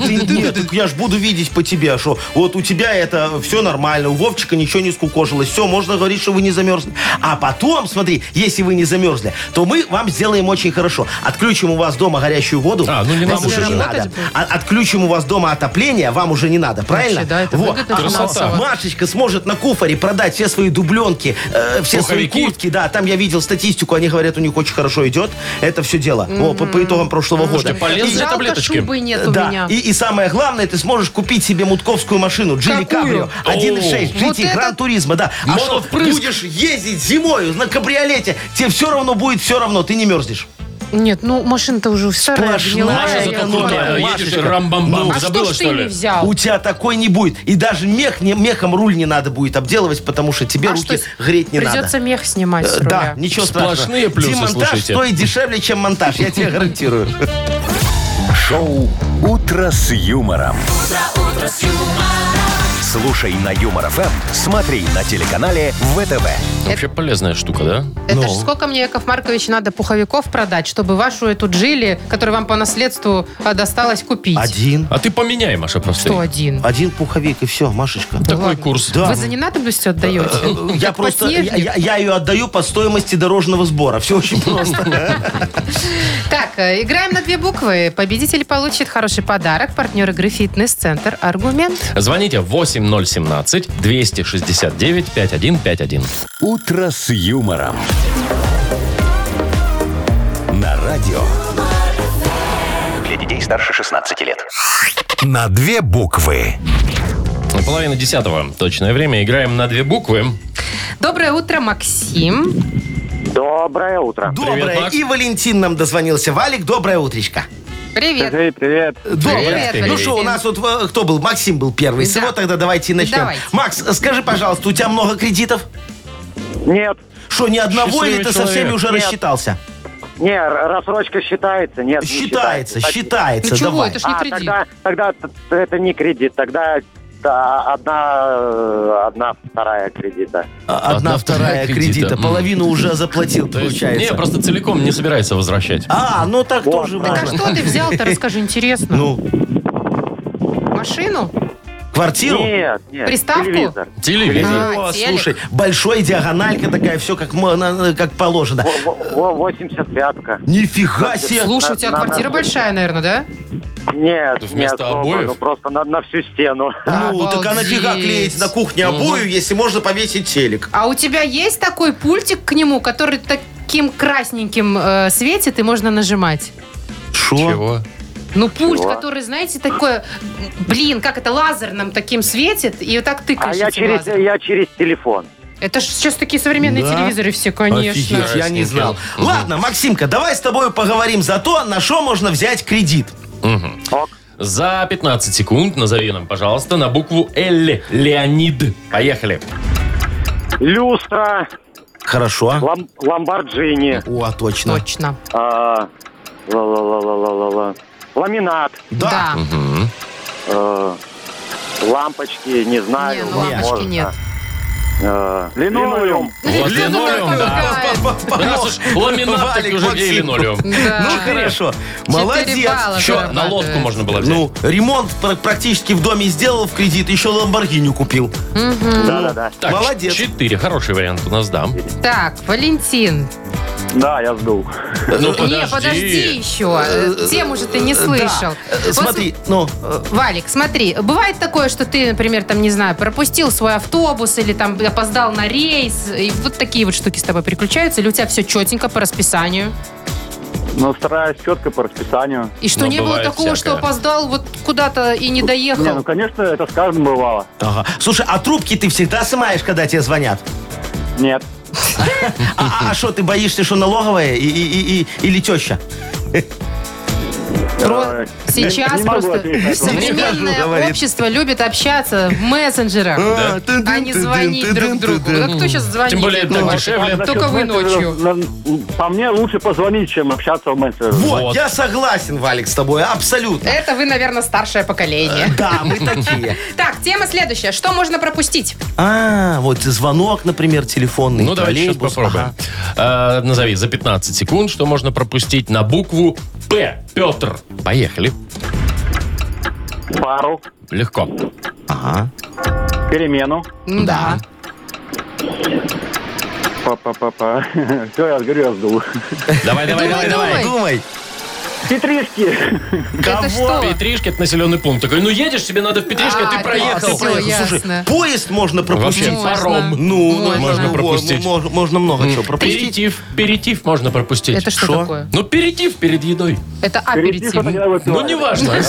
[SPEAKER 4] ты- нет, так я ж буду видеть по тебе, что вот у тебя это все нормально, у Вовчика ничего не скукожилось, все, можно говорить, что вы не замерзли. А потом, смотри, если вы не замерзли, то мы вам сделаем очень хорошо. Отключим у вас дома горячую воду.
[SPEAKER 2] А, ну не
[SPEAKER 4] вам
[SPEAKER 2] надо
[SPEAKER 4] уже не
[SPEAKER 2] же.
[SPEAKER 4] надо. А- отключим у вас дома отопление, вам уже не надо, правильно?
[SPEAKER 3] Вообще, да, это выгодно
[SPEAKER 4] А
[SPEAKER 3] финансово.
[SPEAKER 4] Ма- Машечка сможет на куфоре продать все свои дубленки, э, все
[SPEAKER 2] Пуховики?
[SPEAKER 4] свои куртки, да, там я видел статистику, они говорят, у них очень хорошо идет, это все дело. О, по, по итогам прошлого года.
[SPEAKER 2] полезные
[SPEAKER 3] Жалко,
[SPEAKER 2] таблеточки.
[SPEAKER 3] шубы нет у
[SPEAKER 4] Да,
[SPEAKER 3] меня.
[SPEAKER 4] И, и самое главное, ты сможешь купить себе мутковскую машину Джили
[SPEAKER 3] Какую?
[SPEAKER 4] Кабрио 1.6
[SPEAKER 3] Вот
[SPEAKER 4] GT
[SPEAKER 3] это-
[SPEAKER 4] Гран Туризма, да. А
[SPEAKER 2] Мало
[SPEAKER 4] что
[SPEAKER 2] впрыск.
[SPEAKER 4] будешь ездить зимой на кабриолете, тебе все равно будет все равно, ты не мерзнешь.
[SPEAKER 3] Нет, ну машина-то уже старая,
[SPEAKER 4] Сплошная
[SPEAKER 3] гнилая.
[SPEAKER 2] Маша
[SPEAKER 3] я
[SPEAKER 2] зато
[SPEAKER 3] говорю.
[SPEAKER 2] крутая. Едешь
[SPEAKER 4] Машечка,
[SPEAKER 2] рам-бам-бам.
[SPEAKER 3] А что
[SPEAKER 2] Забыла,
[SPEAKER 3] ж
[SPEAKER 2] что
[SPEAKER 3] ты не
[SPEAKER 2] ли?
[SPEAKER 3] взял?
[SPEAKER 4] У тебя такой не будет. И даже мех, не, мехом руль не надо будет обделывать, потому что тебе
[SPEAKER 3] А
[SPEAKER 4] руки
[SPEAKER 3] что,
[SPEAKER 4] греть не надо.
[SPEAKER 3] Придется мех снимать с
[SPEAKER 4] Э, Да,
[SPEAKER 3] руля.
[SPEAKER 4] ничего
[SPEAKER 2] Сплошные
[SPEAKER 4] страшного.
[SPEAKER 2] плюсы,
[SPEAKER 4] Демонтаж
[SPEAKER 2] слушайте.
[SPEAKER 4] стоит дешевле, чем монтаж, я тебе гарантирую.
[SPEAKER 1] Шоу «Утро с юмором». Слушай на Юмор ФМ, смотри на телеканале ВТВ.
[SPEAKER 2] Вообще полезная штука, да?
[SPEAKER 3] Это ж сколько мне, Яков Маркович, надо пуховиков продать, чтобы вашу эту джили, которая вам по наследству а, досталась, купить?
[SPEAKER 4] Один.
[SPEAKER 2] А ты поменяй, Маша, просто.
[SPEAKER 3] Что один?
[SPEAKER 4] Один пуховик и все, Машечка.
[SPEAKER 2] Такой
[SPEAKER 3] Ладно.
[SPEAKER 2] курс.
[SPEAKER 4] Да.
[SPEAKER 3] Вы за ненадобностью
[SPEAKER 4] Э,
[SPEAKER 3] отдаете?
[SPEAKER 4] Я
[SPEAKER 3] Как
[SPEAKER 4] просто, я,
[SPEAKER 3] подснежник?
[SPEAKER 4] я- я ее отдаю по стоимости дорожного сбора. Все очень просто.
[SPEAKER 3] Так, э, играем на две буквы. Победитель получит хороший подарок. Партнер игры «Фитнес-центр Аргумент».
[SPEAKER 2] Звоните 8017-269-5151.
[SPEAKER 1] «Утро с юмором». На радио.
[SPEAKER 6] Для детей старше 16 лет.
[SPEAKER 1] На две буквы.
[SPEAKER 2] Половина десятого. Точное время. Играем на две буквы.
[SPEAKER 3] Доброе утро, Максим.
[SPEAKER 5] Доброе утро.
[SPEAKER 2] Привет,
[SPEAKER 4] Доброе.
[SPEAKER 2] Макс.
[SPEAKER 4] И Валентин нам дозвонился. Валик, доброе утречко.
[SPEAKER 3] Привет.
[SPEAKER 5] привет.
[SPEAKER 4] Доброе.
[SPEAKER 3] Привет,
[SPEAKER 4] Ну что, у
[SPEAKER 3] Валентин.
[SPEAKER 4] нас вот э, кто был? Максим был первый. С
[SPEAKER 3] Да.
[SPEAKER 4] его тогда давайте и начнем.
[SPEAKER 3] Давайте.
[SPEAKER 4] Макс, скажи, пожалуйста, у тебя много кредитов?
[SPEAKER 5] Нет,
[SPEAKER 4] Что, ни одного или
[SPEAKER 2] Счастливый
[SPEAKER 4] ты со всеми
[SPEAKER 2] человек.
[SPEAKER 4] уже
[SPEAKER 5] Нет.
[SPEAKER 4] рассчитался?
[SPEAKER 5] не, рассрочка считается. Нет, не
[SPEAKER 4] Считается, считается,
[SPEAKER 3] Ну чего,
[SPEAKER 4] давай.
[SPEAKER 3] это ж не
[SPEAKER 5] А,
[SPEAKER 3] кредит.
[SPEAKER 5] тогда, тогда т- т- это не кредит, тогда да, одна, э, одна вторая кредита.
[SPEAKER 4] А, Одна, вторая кредита.
[SPEAKER 2] М.
[SPEAKER 4] Половину уже заплатил,
[SPEAKER 2] То есть,
[SPEAKER 4] получается.
[SPEAKER 2] Не, просто целиком не собирается возвращать.
[SPEAKER 4] А, ну так тоже
[SPEAKER 5] Вот,
[SPEAKER 3] Так а
[SPEAKER 4] можно.
[SPEAKER 3] что ты взял-то, расскажи, интересно.
[SPEAKER 4] Ну,
[SPEAKER 3] Машину?
[SPEAKER 4] квартиру?
[SPEAKER 5] Нет, нет.
[SPEAKER 3] Приставку?
[SPEAKER 5] Телевизор.
[SPEAKER 2] Телевизор.
[SPEAKER 3] А,
[SPEAKER 4] О,
[SPEAKER 3] телек.
[SPEAKER 4] слушай, большой диагональка такая, все как, мо- на- как положено.
[SPEAKER 5] Во- во- во- 85-ка.
[SPEAKER 4] Нифига себе!
[SPEAKER 3] Слушай, у тебя
[SPEAKER 5] на- на-
[SPEAKER 3] квартира большая, наверное, да?
[SPEAKER 5] Нет, не
[SPEAKER 2] Вместо
[SPEAKER 5] особо,
[SPEAKER 2] обоев?
[SPEAKER 5] ну просто на, на всю стену.
[SPEAKER 4] Ну, так а нафига
[SPEAKER 3] Обалдеть.
[SPEAKER 4] клеить на кухне обои, если можно повесить телек?
[SPEAKER 3] А у тебя есть такой пультик к нему, который таким красненьким э, светит и можно нажимать?
[SPEAKER 4] Шо?
[SPEAKER 2] Чего?
[SPEAKER 3] Ну, пульт,
[SPEAKER 5] Чего?
[SPEAKER 3] который, знаете, такое, блин, как это лазерным таким светит, и вот так тыкаешь
[SPEAKER 5] А я
[SPEAKER 3] этим
[SPEAKER 5] через,
[SPEAKER 3] лазером.
[SPEAKER 5] я через телефон.
[SPEAKER 3] Это же сейчас такие современные
[SPEAKER 4] Да?
[SPEAKER 3] телевизоры все, конечно.
[SPEAKER 4] Офигеть, я не знал.
[SPEAKER 2] Мгм.
[SPEAKER 4] Ладно, Максимка, давай с тобой поговорим за то, на что можно взять кредит.
[SPEAKER 5] Ок.
[SPEAKER 2] За 15 секунд назови нам, пожалуйста, на букву Л. Леонид. Поехали.
[SPEAKER 5] Люстра,
[SPEAKER 4] Хорошо.
[SPEAKER 5] лам- ламборджини,
[SPEAKER 4] О, точно.
[SPEAKER 3] Точно.
[SPEAKER 5] а, ла-ла-ла-ла-ла-ла-ла. ламинат,
[SPEAKER 4] Да.
[SPEAKER 2] Мгм.
[SPEAKER 5] э, лампочки, не знаю.
[SPEAKER 3] Не, ну
[SPEAKER 5] возможно. А,
[SPEAKER 3] лампочки нет.
[SPEAKER 8] Э, линолеум.
[SPEAKER 3] Ну,
[SPEAKER 2] Вот линолеум, да. Да раз уж ламинат, так
[SPEAKER 4] Валик,
[SPEAKER 2] уже где
[SPEAKER 4] Максим.
[SPEAKER 2] линолеум?
[SPEAKER 4] Ну,
[SPEAKER 3] Да.
[SPEAKER 4] хорошо.
[SPEAKER 3] Четыре
[SPEAKER 4] Молодец.
[SPEAKER 3] балла
[SPEAKER 2] Еще на
[SPEAKER 3] зарабатывает.
[SPEAKER 2] лодку можно было взять.
[SPEAKER 4] Ну, ремонт пр- практически в доме сделал в кредит, еще Ламборгини купил.
[SPEAKER 8] Да-да-да.
[SPEAKER 2] так,
[SPEAKER 4] молодец.
[SPEAKER 2] Четыре. Хороший вариант у нас, да.
[SPEAKER 3] Так, Валентин.
[SPEAKER 8] Да, я сдул.
[SPEAKER 2] Ну,
[SPEAKER 3] Не, подожди еще. Э, Тему же ты не слышал.
[SPEAKER 4] Э,
[SPEAKER 3] Вот
[SPEAKER 4] Смотри, ну, э,
[SPEAKER 3] Валик, смотри, бывает такое, что ты, например, там, не знаю, пропустил свой автобус или там опоздал на рейс, и вот такие вот штуки с тобой приключаются, или у тебя все четенько по расписанию?
[SPEAKER 8] Но стараюсь четко по расписанию.
[SPEAKER 3] И что
[SPEAKER 2] Ну,
[SPEAKER 3] не было
[SPEAKER 2] бывает
[SPEAKER 3] такого, что
[SPEAKER 2] всякое.
[SPEAKER 3] опоздал вот куда-то и не доехал?
[SPEAKER 8] Не, ну, конечно, это с каждым бывало.
[SPEAKER 4] ага. Слушай, а трубки ты всегда снимаешь, когда тебе звонят?
[SPEAKER 8] Нет.
[SPEAKER 4] А что, ты боишься, что налоговая и, и- и- и- или теща?
[SPEAKER 8] Э,
[SPEAKER 3] Про- Сейчас
[SPEAKER 8] не могу
[SPEAKER 3] просто
[SPEAKER 8] ответить на это.
[SPEAKER 4] Не
[SPEAKER 3] современное
[SPEAKER 4] хожу, говорит.
[SPEAKER 3] общество любит общаться в мессенджерах,
[SPEAKER 4] А, тын-тын,
[SPEAKER 3] а не
[SPEAKER 4] тын-тын,
[SPEAKER 3] звонить друг
[SPEAKER 4] тын-тын,
[SPEAKER 3] другу.
[SPEAKER 4] тын-тын.
[SPEAKER 3] Да кто сейчас звонит?
[SPEAKER 2] Тем более,
[SPEAKER 3] Ну,
[SPEAKER 2] так дешевле.
[SPEAKER 3] Только вы ночью.
[SPEAKER 8] По мне лучше позвонить, чем общаться в мессенджере.
[SPEAKER 4] Вот,
[SPEAKER 2] Вот.
[SPEAKER 4] я согласен, Валик, с тобой, абсолютно.
[SPEAKER 3] Это вы, наверное, старшее поколение.
[SPEAKER 4] Да, мы такие.
[SPEAKER 3] Так, тема следующая. Что можно пропустить?
[SPEAKER 4] А, вот звонок, например, телефонный.
[SPEAKER 2] Ну, давай сейчас
[SPEAKER 4] троллейбус.
[SPEAKER 2] попробуем.
[SPEAKER 4] Ага.
[SPEAKER 2] Э, назови за 15 секунд, что можно пропустить на букву П. Петр. Поехали.
[SPEAKER 8] Пару,
[SPEAKER 2] Легко.
[SPEAKER 8] перемену.
[SPEAKER 3] Да.
[SPEAKER 8] Па-па-па-па. Все, я говорю, я сдул.
[SPEAKER 2] Давай, давай, давай,
[SPEAKER 3] Думай,
[SPEAKER 2] давай.
[SPEAKER 3] Ой.
[SPEAKER 4] Думай.
[SPEAKER 8] Петришки.
[SPEAKER 2] А
[SPEAKER 3] Это что?
[SPEAKER 2] Петришки, это населенный пункт. Такой, ну едешь, тебе надо в Петришке,
[SPEAKER 3] А,
[SPEAKER 2] ты проехал.
[SPEAKER 3] класс. Всё,
[SPEAKER 4] Слушай,
[SPEAKER 3] ясно.
[SPEAKER 4] поезд можно пропустить.
[SPEAKER 2] Вообще, паром.
[SPEAKER 4] Ну, ну,
[SPEAKER 3] Можно.
[SPEAKER 4] ну,
[SPEAKER 2] Можно
[SPEAKER 4] во,
[SPEAKER 2] пропустить.
[SPEAKER 4] ну, мож- Можно много чего пропустить.
[SPEAKER 2] Перетив, перетив можно пропустить.
[SPEAKER 3] Это что
[SPEAKER 4] Шо?
[SPEAKER 3] такое?
[SPEAKER 2] Ну, перетив перед едой.
[SPEAKER 3] Это аперитив.
[SPEAKER 2] Ну, неважно.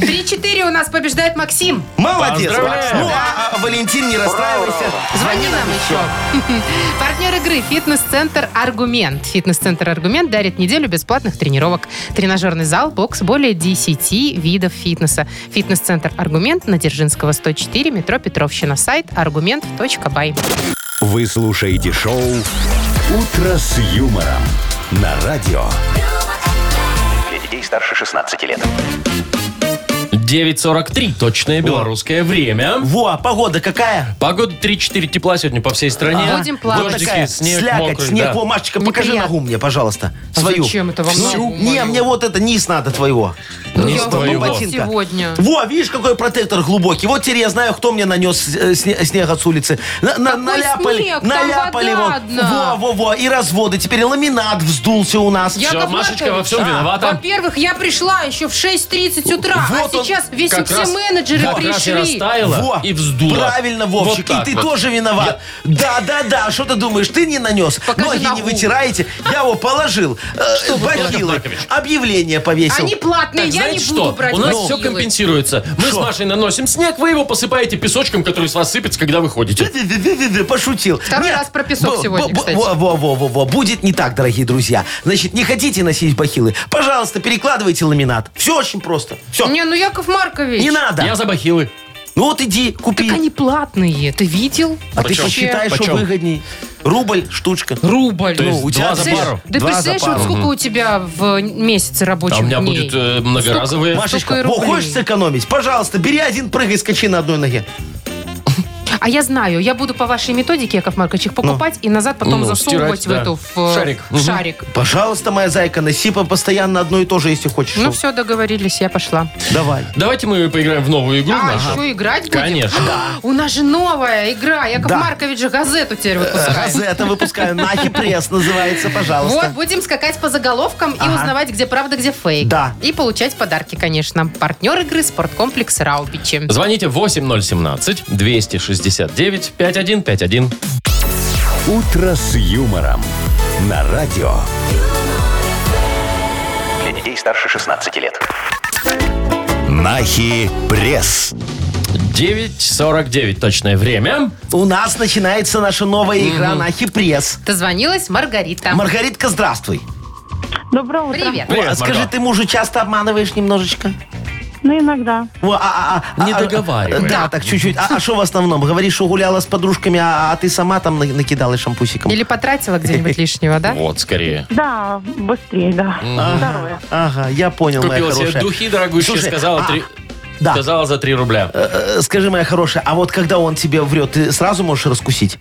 [SPEAKER 3] Три-четыре у нас побеждает Максим.
[SPEAKER 4] Молодец,
[SPEAKER 2] Поздравляем.
[SPEAKER 4] Макс. Ну, а, а, Валентин, не расстраивайся.
[SPEAKER 3] Звони нам еще. Партнер игры «Фитнес-центр Аргумент». «Фитнес-центр Аргумент» дарит неделю бесплатных тренировок. Тренажерный зал, бокс, более 10 видов фитнеса. «Фитнес-центр Аргумент» на Дзержинского, 104, метро Петровщина. Сайт аргумент.бай.
[SPEAKER 1] Вы слушаете шоу «Утро с юмором» на радио.
[SPEAKER 6] Для детей старше 16 лет.
[SPEAKER 2] 9.43, точное белорусское время.
[SPEAKER 4] Во, а погода какая?
[SPEAKER 2] Погода 3-4 тепла сегодня по всей стране.
[SPEAKER 3] Будем плакать.
[SPEAKER 2] Дождики,
[SPEAKER 4] Такая
[SPEAKER 2] снег,
[SPEAKER 4] слякоть,
[SPEAKER 2] мокрый,
[SPEAKER 4] снег.
[SPEAKER 2] да.
[SPEAKER 4] Во, Машечка, покажи
[SPEAKER 3] Неприятно.
[SPEAKER 4] ногу мне, пожалуйста,
[SPEAKER 3] Ну, А
[SPEAKER 4] свою.
[SPEAKER 3] зачем это вам ногу
[SPEAKER 4] Не,
[SPEAKER 3] мою?
[SPEAKER 4] мне вот это низ надо твоего.
[SPEAKER 2] Не
[SPEAKER 3] Я
[SPEAKER 2] твоего.
[SPEAKER 3] вот
[SPEAKER 4] Ботинка.
[SPEAKER 3] сегодня.
[SPEAKER 4] Во, видишь, какой протектор глубокий. Вот теперь я знаю, кто мне нанес э, сне- снег от с улицы. На- на-
[SPEAKER 3] Какой снег? Там
[SPEAKER 4] наляпали
[SPEAKER 3] вода
[SPEAKER 4] вон.
[SPEAKER 3] одна.
[SPEAKER 4] Во, во, во. И разводы. Теперь ламинат вздулся у нас.
[SPEAKER 2] Всё,
[SPEAKER 3] Яков
[SPEAKER 2] Машечка во
[SPEAKER 3] Маркович,
[SPEAKER 2] всем
[SPEAKER 3] а,
[SPEAKER 2] виновата.
[SPEAKER 3] Во-первых, я пришла еще в 6.30 утра,
[SPEAKER 4] Вот
[SPEAKER 3] а
[SPEAKER 4] он,
[SPEAKER 3] сейчас весь
[SPEAKER 2] Как
[SPEAKER 3] все
[SPEAKER 2] раз-
[SPEAKER 3] менеджеры
[SPEAKER 2] как раз и
[SPEAKER 3] пришли.
[SPEAKER 2] растаяла
[SPEAKER 4] Во,
[SPEAKER 2] и вздуло.
[SPEAKER 4] Правильно, Вовчик.
[SPEAKER 2] Вот так
[SPEAKER 4] и ты
[SPEAKER 2] вот.
[SPEAKER 4] тоже виноват. Да, да, да. Что ты думаешь, ты не нанес?
[SPEAKER 3] Покажи
[SPEAKER 4] Ноги не
[SPEAKER 3] ногу.
[SPEAKER 4] вытираете. Я его положил. Э, Бахилы.
[SPEAKER 2] Яков Маркович?
[SPEAKER 4] Объявление повесил.
[SPEAKER 3] Они платные,
[SPEAKER 2] Так,
[SPEAKER 3] я
[SPEAKER 2] знаете
[SPEAKER 3] не
[SPEAKER 2] что?
[SPEAKER 3] буду брать
[SPEAKER 2] У нас
[SPEAKER 3] бахилы.
[SPEAKER 2] все компенсируется. Мы
[SPEAKER 4] Шо?
[SPEAKER 2] с Машей наносим снег, вы его посыпаете песочком, который с вас сыпется, когда выходите.
[SPEAKER 4] Ды-ды-ды-ды-ды, Пошутил.
[SPEAKER 3] Второй раз про песок
[SPEAKER 4] бу-
[SPEAKER 3] сегодня,
[SPEAKER 4] бу- бу-
[SPEAKER 3] кстати.
[SPEAKER 4] Во, во, во, во, во. Будет не так, дорогие друзья. Значит, не хотите носить бахилы? Пожалуйста, перекладывайте ламинат. Все очень просто. Все.
[SPEAKER 3] Не, ну Яков Маркович.
[SPEAKER 4] Не надо.
[SPEAKER 2] Я за бахилы.
[SPEAKER 4] Ну вот иди, купи.
[SPEAKER 3] Так они платные, ты видел?
[SPEAKER 4] а ты
[SPEAKER 2] Почем?
[SPEAKER 4] посчитаешь, что
[SPEAKER 2] Почем?
[SPEAKER 4] выгодней. Рубль, штучка.
[SPEAKER 3] Рубль.
[SPEAKER 2] То есть
[SPEAKER 4] у тебя
[SPEAKER 2] два за
[SPEAKER 4] цель-
[SPEAKER 2] пару.
[SPEAKER 3] Да
[SPEAKER 4] Два Ну, за
[SPEAKER 3] представляешь, вот
[SPEAKER 4] пару.
[SPEAKER 3] сколько у тебя в месяце
[SPEAKER 2] А у
[SPEAKER 3] рабочих
[SPEAKER 2] меня
[SPEAKER 3] дней?
[SPEAKER 2] будет э, многоразовые.
[SPEAKER 4] Машечка,
[SPEAKER 3] и
[SPEAKER 4] во,
[SPEAKER 3] рублей.
[SPEAKER 4] хочешь сэкономить? Пожалуйста, бери один, прыгай, скачи на одной ноге.
[SPEAKER 3] А я знаю, я буду по вашей методике, Яков Маркович, их покупать и назад потом
[SPEAKER 2] Ну,
[SPEAKER 3] засовывать
[SPEAKER 2] стирать, да.
[SPEAKER 3] в эту... В, э,
[SPEAKER 2] Шарик.
[SPEAKER 3] в шарик.
[SPEAKER 4] Пожалуйста, моя зайка, носи по- постоянно одно и то же, если хочешь.
[SPEAKER 3] Ну
[SPEAKER 4] Ну,
[SPEAKER 3] все, договорились, я пошла.
[SPEAKER 4] Давай.
[SPEAKER 2] Давайте мы поиграем в новую игру.
[SPEAKER 3] А,
[SPEAKER 2] нашу.
[SPEAKER 3] еще играть будем? А,
[SPEAKER 2] Конечно.
[SPEAKER 3] У нас же новая игра. Яков
[SPEAKER 4] Да. Э,
[SPEAKER 3] Маркович же газету теперь выпускает.
[SPEAKER 4] Газета выпускаю. Нахи пресс называется,
[SPEAKER 3] Вот,
[SPEAKER 4] пожалуйста.
[SPEAKER 3] будем скакать по заголовкам и узнавать, где правда, где фейк.
[SPEAKER 4] Да.
[SPEAKER 3] И получать подарки, конечно. Партнер игры «Спорткомплекс Раубичи».
[SPEAKER 2] Звоните 8017-269-5151.
[SPEAKER 1] «Утро с юмором» на радио.
[SPEAKER 6] Для детей старше 16 лет.
[SPEAKER 1] Нахи пресс.
[SPEAKER 2] 9.49 точное время.
[SPEAKER 4] У нас начинается наша новая игра Нахи пресс.
[SPEAKER 3] Дозвонилась Маргарита.
[SPEAKER 4] Маргаритка, здравствуй.
[SPEAKER 7] Доброе утро.
[SPEAKER 3] Привет.
[SPEAKER 2] Привет,
[SPEAKER 4] О, а скажи,
[SPEAKER 2] Марго.
[SPEAKER 4] ты мужа часто обманываешь немножечко?
[SPEAKER 7] Ну, иногда.
[SPEAKER 4] О, а, а, а,
[SPEAKER 2] Не
[SPEAKER 4] а,
[SPEAKER 2] договаривай.
[SPEAKER 4] Да, так чуть-чуть. А что в основном? Говоришь, что гуляла с подружками, а, а ты сама там на- накидала шампусиком.
[SPEAKER 3] Или потратила где-нибудь лишнего, да?
[SPEAKER 2] Вот, скорее.
[SPEAKER 7] Да, быстрее, да. Второе.
[SPEAKER 4] Ага, я понял, Ну, моя
[SPEAKER 2] Купила себе
[SPEAKER 4] хорошая.
[SPEAKER 2] духи дорогущие,
[SPEAKER 4] Слушай,
[SPEAKER 2] сказала
[SPEAKER 4] а-
[SPEAKER 2] три...
[SPEAKER 4] Да.
[SPEAKER 2] Сказала за 3 рубля.
[SPEAKER 4] Э, Скажи, моя хорошая, а вот когда он тебе врет, ты сразу можешь раскусить?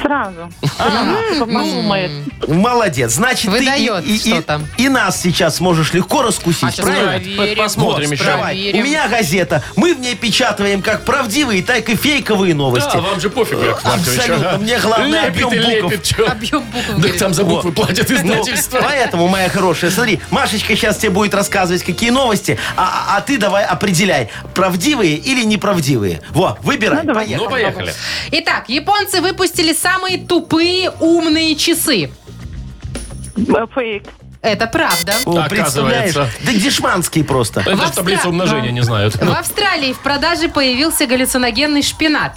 [SPEAKER 7] Сразу. Она типа подумает.
[SPEAKER 4] Молодец. Значит,
[SPEAKER 3] Выдает
[SPEAKER 4] ты и, и- и-
[SPEAKER 3] что-то.
[SPEAKER 4] и нас сейчас можешь легко
[SPEAKER 3] А
[SPEAKER 4] раскусить,
[SPEAKER 3] сейчас
[SPEAKER 4] правильно?
[SPEAKER 3] проверим,
[SPEAKER 2] Посмотрим еще.
[SPEAKER 4] Давай.
[SPEAKER 3] проверим.
[SPEAKER 4] У меня газета. Мы в ней печатаем как правдивые, так и фейковые новости.
[SPEAKER 2] Да, А, вам же пофиг, Яков Маркович.
[SPEAKER 4] Абсолютно.
[SPEAKER 2] ага.
[SPEAKER 4] Мне главное
[SPEAKER 2] лепит
[SPEAKER 4] объем
[SPEAKER 2] и
[SPEAKER 4] букв.
[SPEAKER 2] лепит, чё?
[SPEAKER 3] Объем буквы.
[SPEAKER 2] Да
[SPEAKER 3] говорит.
[SPEAKER 2] там за буквы платят
[SPEAKER 4] Ну,
[SPEAKER 2] издательство.
[SPEAKER 4] Поэтому, моя хорошая, смотри, Машечка сейчас тебе будет рассказывать, какие новости, а, а- а ты давай определяй, правдивые или неправдивые. Во, выбирай.
[SPEAKER 7] Ну, давай.
[SPEAKER 4] Поехали.
[SPEAKER 2] Ну, поехали.
[SPEAKER 3] Итак, японцы выпустили самые тупые умные часы.
[SPEAKER 7] Э, Фейк.
[SPEAKER 3] Это правда.
[SPEAKER 4] О,
[SPEAKER 2] Ну, Оказывается.
[SPEAKER 4] представляешь? Да дешманские просто.
[SPEAKER 2] Это ж
[SPEAKER 3] Австрия-
[SPEAKER 2] таблицу умножения не знают.
[SPEAKER 3] В Австралии в продаже появился галлюциногенный шпинат.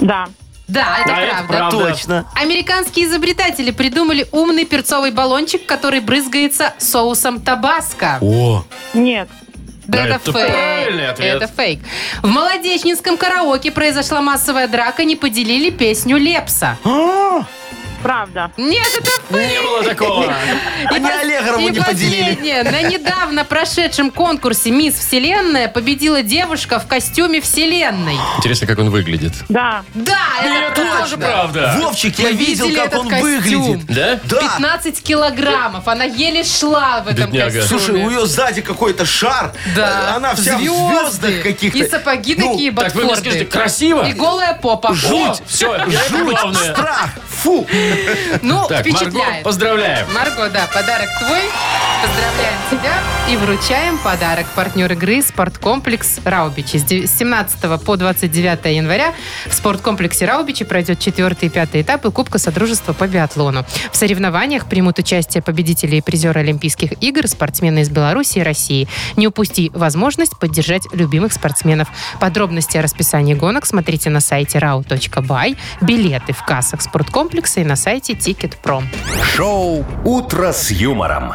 [SPEAKER 7] Да.
[SPEAKER 3] Да, это
[SPEAKER 2] А это
[SPEAKER 3] правда.
[SPEAKER 2] правда.
[SPEAKER 4] Точно.
[SPEAKER 3] Американские изобретатели придумали умный перцовый баллончик, который брызгается соусом табаско.
[SPEAKER 2] О,
[SPEAKER 7] Нет.
[SPEAKER 3] Да,
[SPEAKER 2] Да,
[SPEAKER 3] это,
[SPEAKER 2] это правильный
[SPEAKER 3] фейк.
[SPEAKER 2] ответ.
[SPEAKER 3] Это фейк. В молодечнинском караоке произошла массовая драка, не поделили песню Лепса.
[SPEAKER 7] Правда.
[SPEAKER 3] Нет, это фейк.
[SPEAKER 2] не было такого.
[SPEAKER 3] И
[SPEAKER 4] Они
[SPEAKER 3] пос-
[SPEAKER 4] Аллегрову
[SPEAKER 3] и
[SPEAKER 4] не поделили.
[SPEAKER 3] последнее. На недавно прошедшем конкурсе «Мисс Вселенная» победила девушка в костюме Вселенной.
[SPEAKER 2] Интересно, как он выглядит.
[SPEAKER 7] Да.
[SPEAKER 3] Да, это
[SPEAKER 2] Ну, Это тоже
[SPEAKER 3] правда.
[SPEAKER 2] правда.
[SPEAKER 4] Вовчик, я
[SPEAKER 3] Мы
[SPEAKER 4] видел,
[SPEAKER 3] видели
[SPEAKER 4] как
[SPEAKER 3] этот
[SPEAKER 4] он
[SPEAKER 3] костюм.
[SPEAKER 4] выглядит.
[SPEAKER 2] Да?
[SPEAKER 4] Да.
[SPEAKER 3] 15 килограммов. Она еле шла в этом
[SPEAKER 2] Бедняга.
[SPEAKER 3] костюме.
[SPEAKER 4] Слушай, у нее сзади какой-то шар.
[SPEAKER 3] Да.
[SPEAKER 4] Э, Она вся в
[SPEAKER 3] Звезды.
[SPEAKER 4] звездах каких-то.
[SPEAKER 3] И сапоги
[SPEAKER 4] Ну,
[SPEAKER 3] такие
[SPEAKER 2] Так вы мне
[SPEAKER 3] ботфордные.
[SPEAKER 2] скажите, красиво?
[SPEAKER 3] И голая попа.
[SPEAKER 2] Жуть! Все, это
[SPEAKER 4] Жуть,
[SPEAKER 2] главное.
[SPEAKER 4] страх, фу.
[SPEAKER 3] Ну,
[SPEAKER 2] Так, Марго,
[SPEAKER 3] впечатляет.
[SPEAKER 2] поздравляем.
[SPEAKER 3] Марго, да, подарок твой. Поздравляем тебя и вручаем подарок. Партнер игры «Спорткомплекс Раубичи». С дев- с 17 по 29 января в спорткомплексе Раубичи пройдет четвертый и пятый этапы Кубка Содружества по биатлону. В соревнованиях примут участие победители и призеры Олимпийских игр, спортсмены из Беларуси и России. Не упусти возможность поддержать любимых спортсменов. Подробности о расписании гонок смотрите на сайте rau.by. Билеты в кассах спорткомплекса и на сайте Ticket.pro.
[SPEAKER 1] Шоу «Утро с юмором».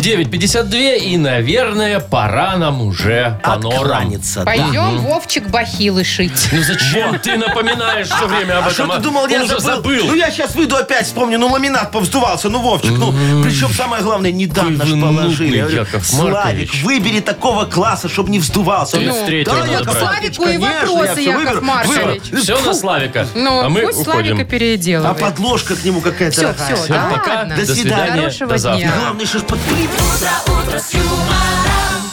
[SPEAKER 2] 9.52 и, наверное, пора нам уже по норам.
[SPEAKER 4] Откланяться, да.
[SPEAKER 3] Пойдем, Вовчик, бахилы шить.
[SPEAKER 2] Ну зачем ты напоминаешь все время об
[SPEAKER 4] А
[SPEAKER 2] этом?
[SPEAKER 4] что ты
[SPEAKER 2] а?
[SPEAKER 4] думал,
[SPEAKER 2] Он
[SPEAKER 4] я
[SPEAKER 2] уже
[SPEAKER 4] забыл?
[SPEAKER 2] забыл.
[SPEAKER 4] Ну я сейчас выйду опять, вспомню, ну ламинат повздувался, ну Вовчик, ну, причем самое главное, недавно
[SPEAKER 2] Какой
[SPEAKER 4] ж
[SPEAKER 2] вы
[SPEAKER 4] положили.
[SPEAKER 2] нудный,
[SPEAKER 4] Я говорю,
[SPEAKER 2] Яков
[SPEAKER 4] Славик,
[SPEAKER 2] Маркович.
[SPEAKER 4] выбери такого класса, чтобы не вздувался. Он говорит,
[SPEAKER 2] 33-го надо
[SPEAKER 4] Яков
[SPEAKER 2] брать.
[SPEAKER 4] Маркович,
[SPEAKER 3] Славику и
[SPEAKER 4] конечно, я
[SPEAKER 3] вопросы,
[SPEAKER 4] всё
[SPEAKER 3] Яков
[SPEAKER 4] выберу.
[SPEAKER 3] Маркович.
[SPEAKER 4] Выберу.
[SPEAKER 2] Все на Славика.
[SPEAKER 3] Ну,
[SPEAKER 2] а мы
[SPEAKER 3] пусть
[SPEAKER 2] уходим.
[SPEAKER 3] Славика
[SPEAKER 4] А
[SPEAKER 3] переделывает.
[SPEAKER 4] подложка к нему какая-то.
[SPEAKER 3] все,
[SPEAKER 4] дорогая.
[SPEAKER 3] все, да,
[SPEAKER 2] пока.
[SPEAKER 3] ладно.
[SPEAKER 4] До свидания.
[SPEAKER 3] Хорошего
[SPEAKER 2] До завтра.
[SPEAKER 4] И
[SPEAKER 3] дня.
[SPEAKER 4] главное, что ж под...
[SPEAKER 10] Утро, утро с юмором.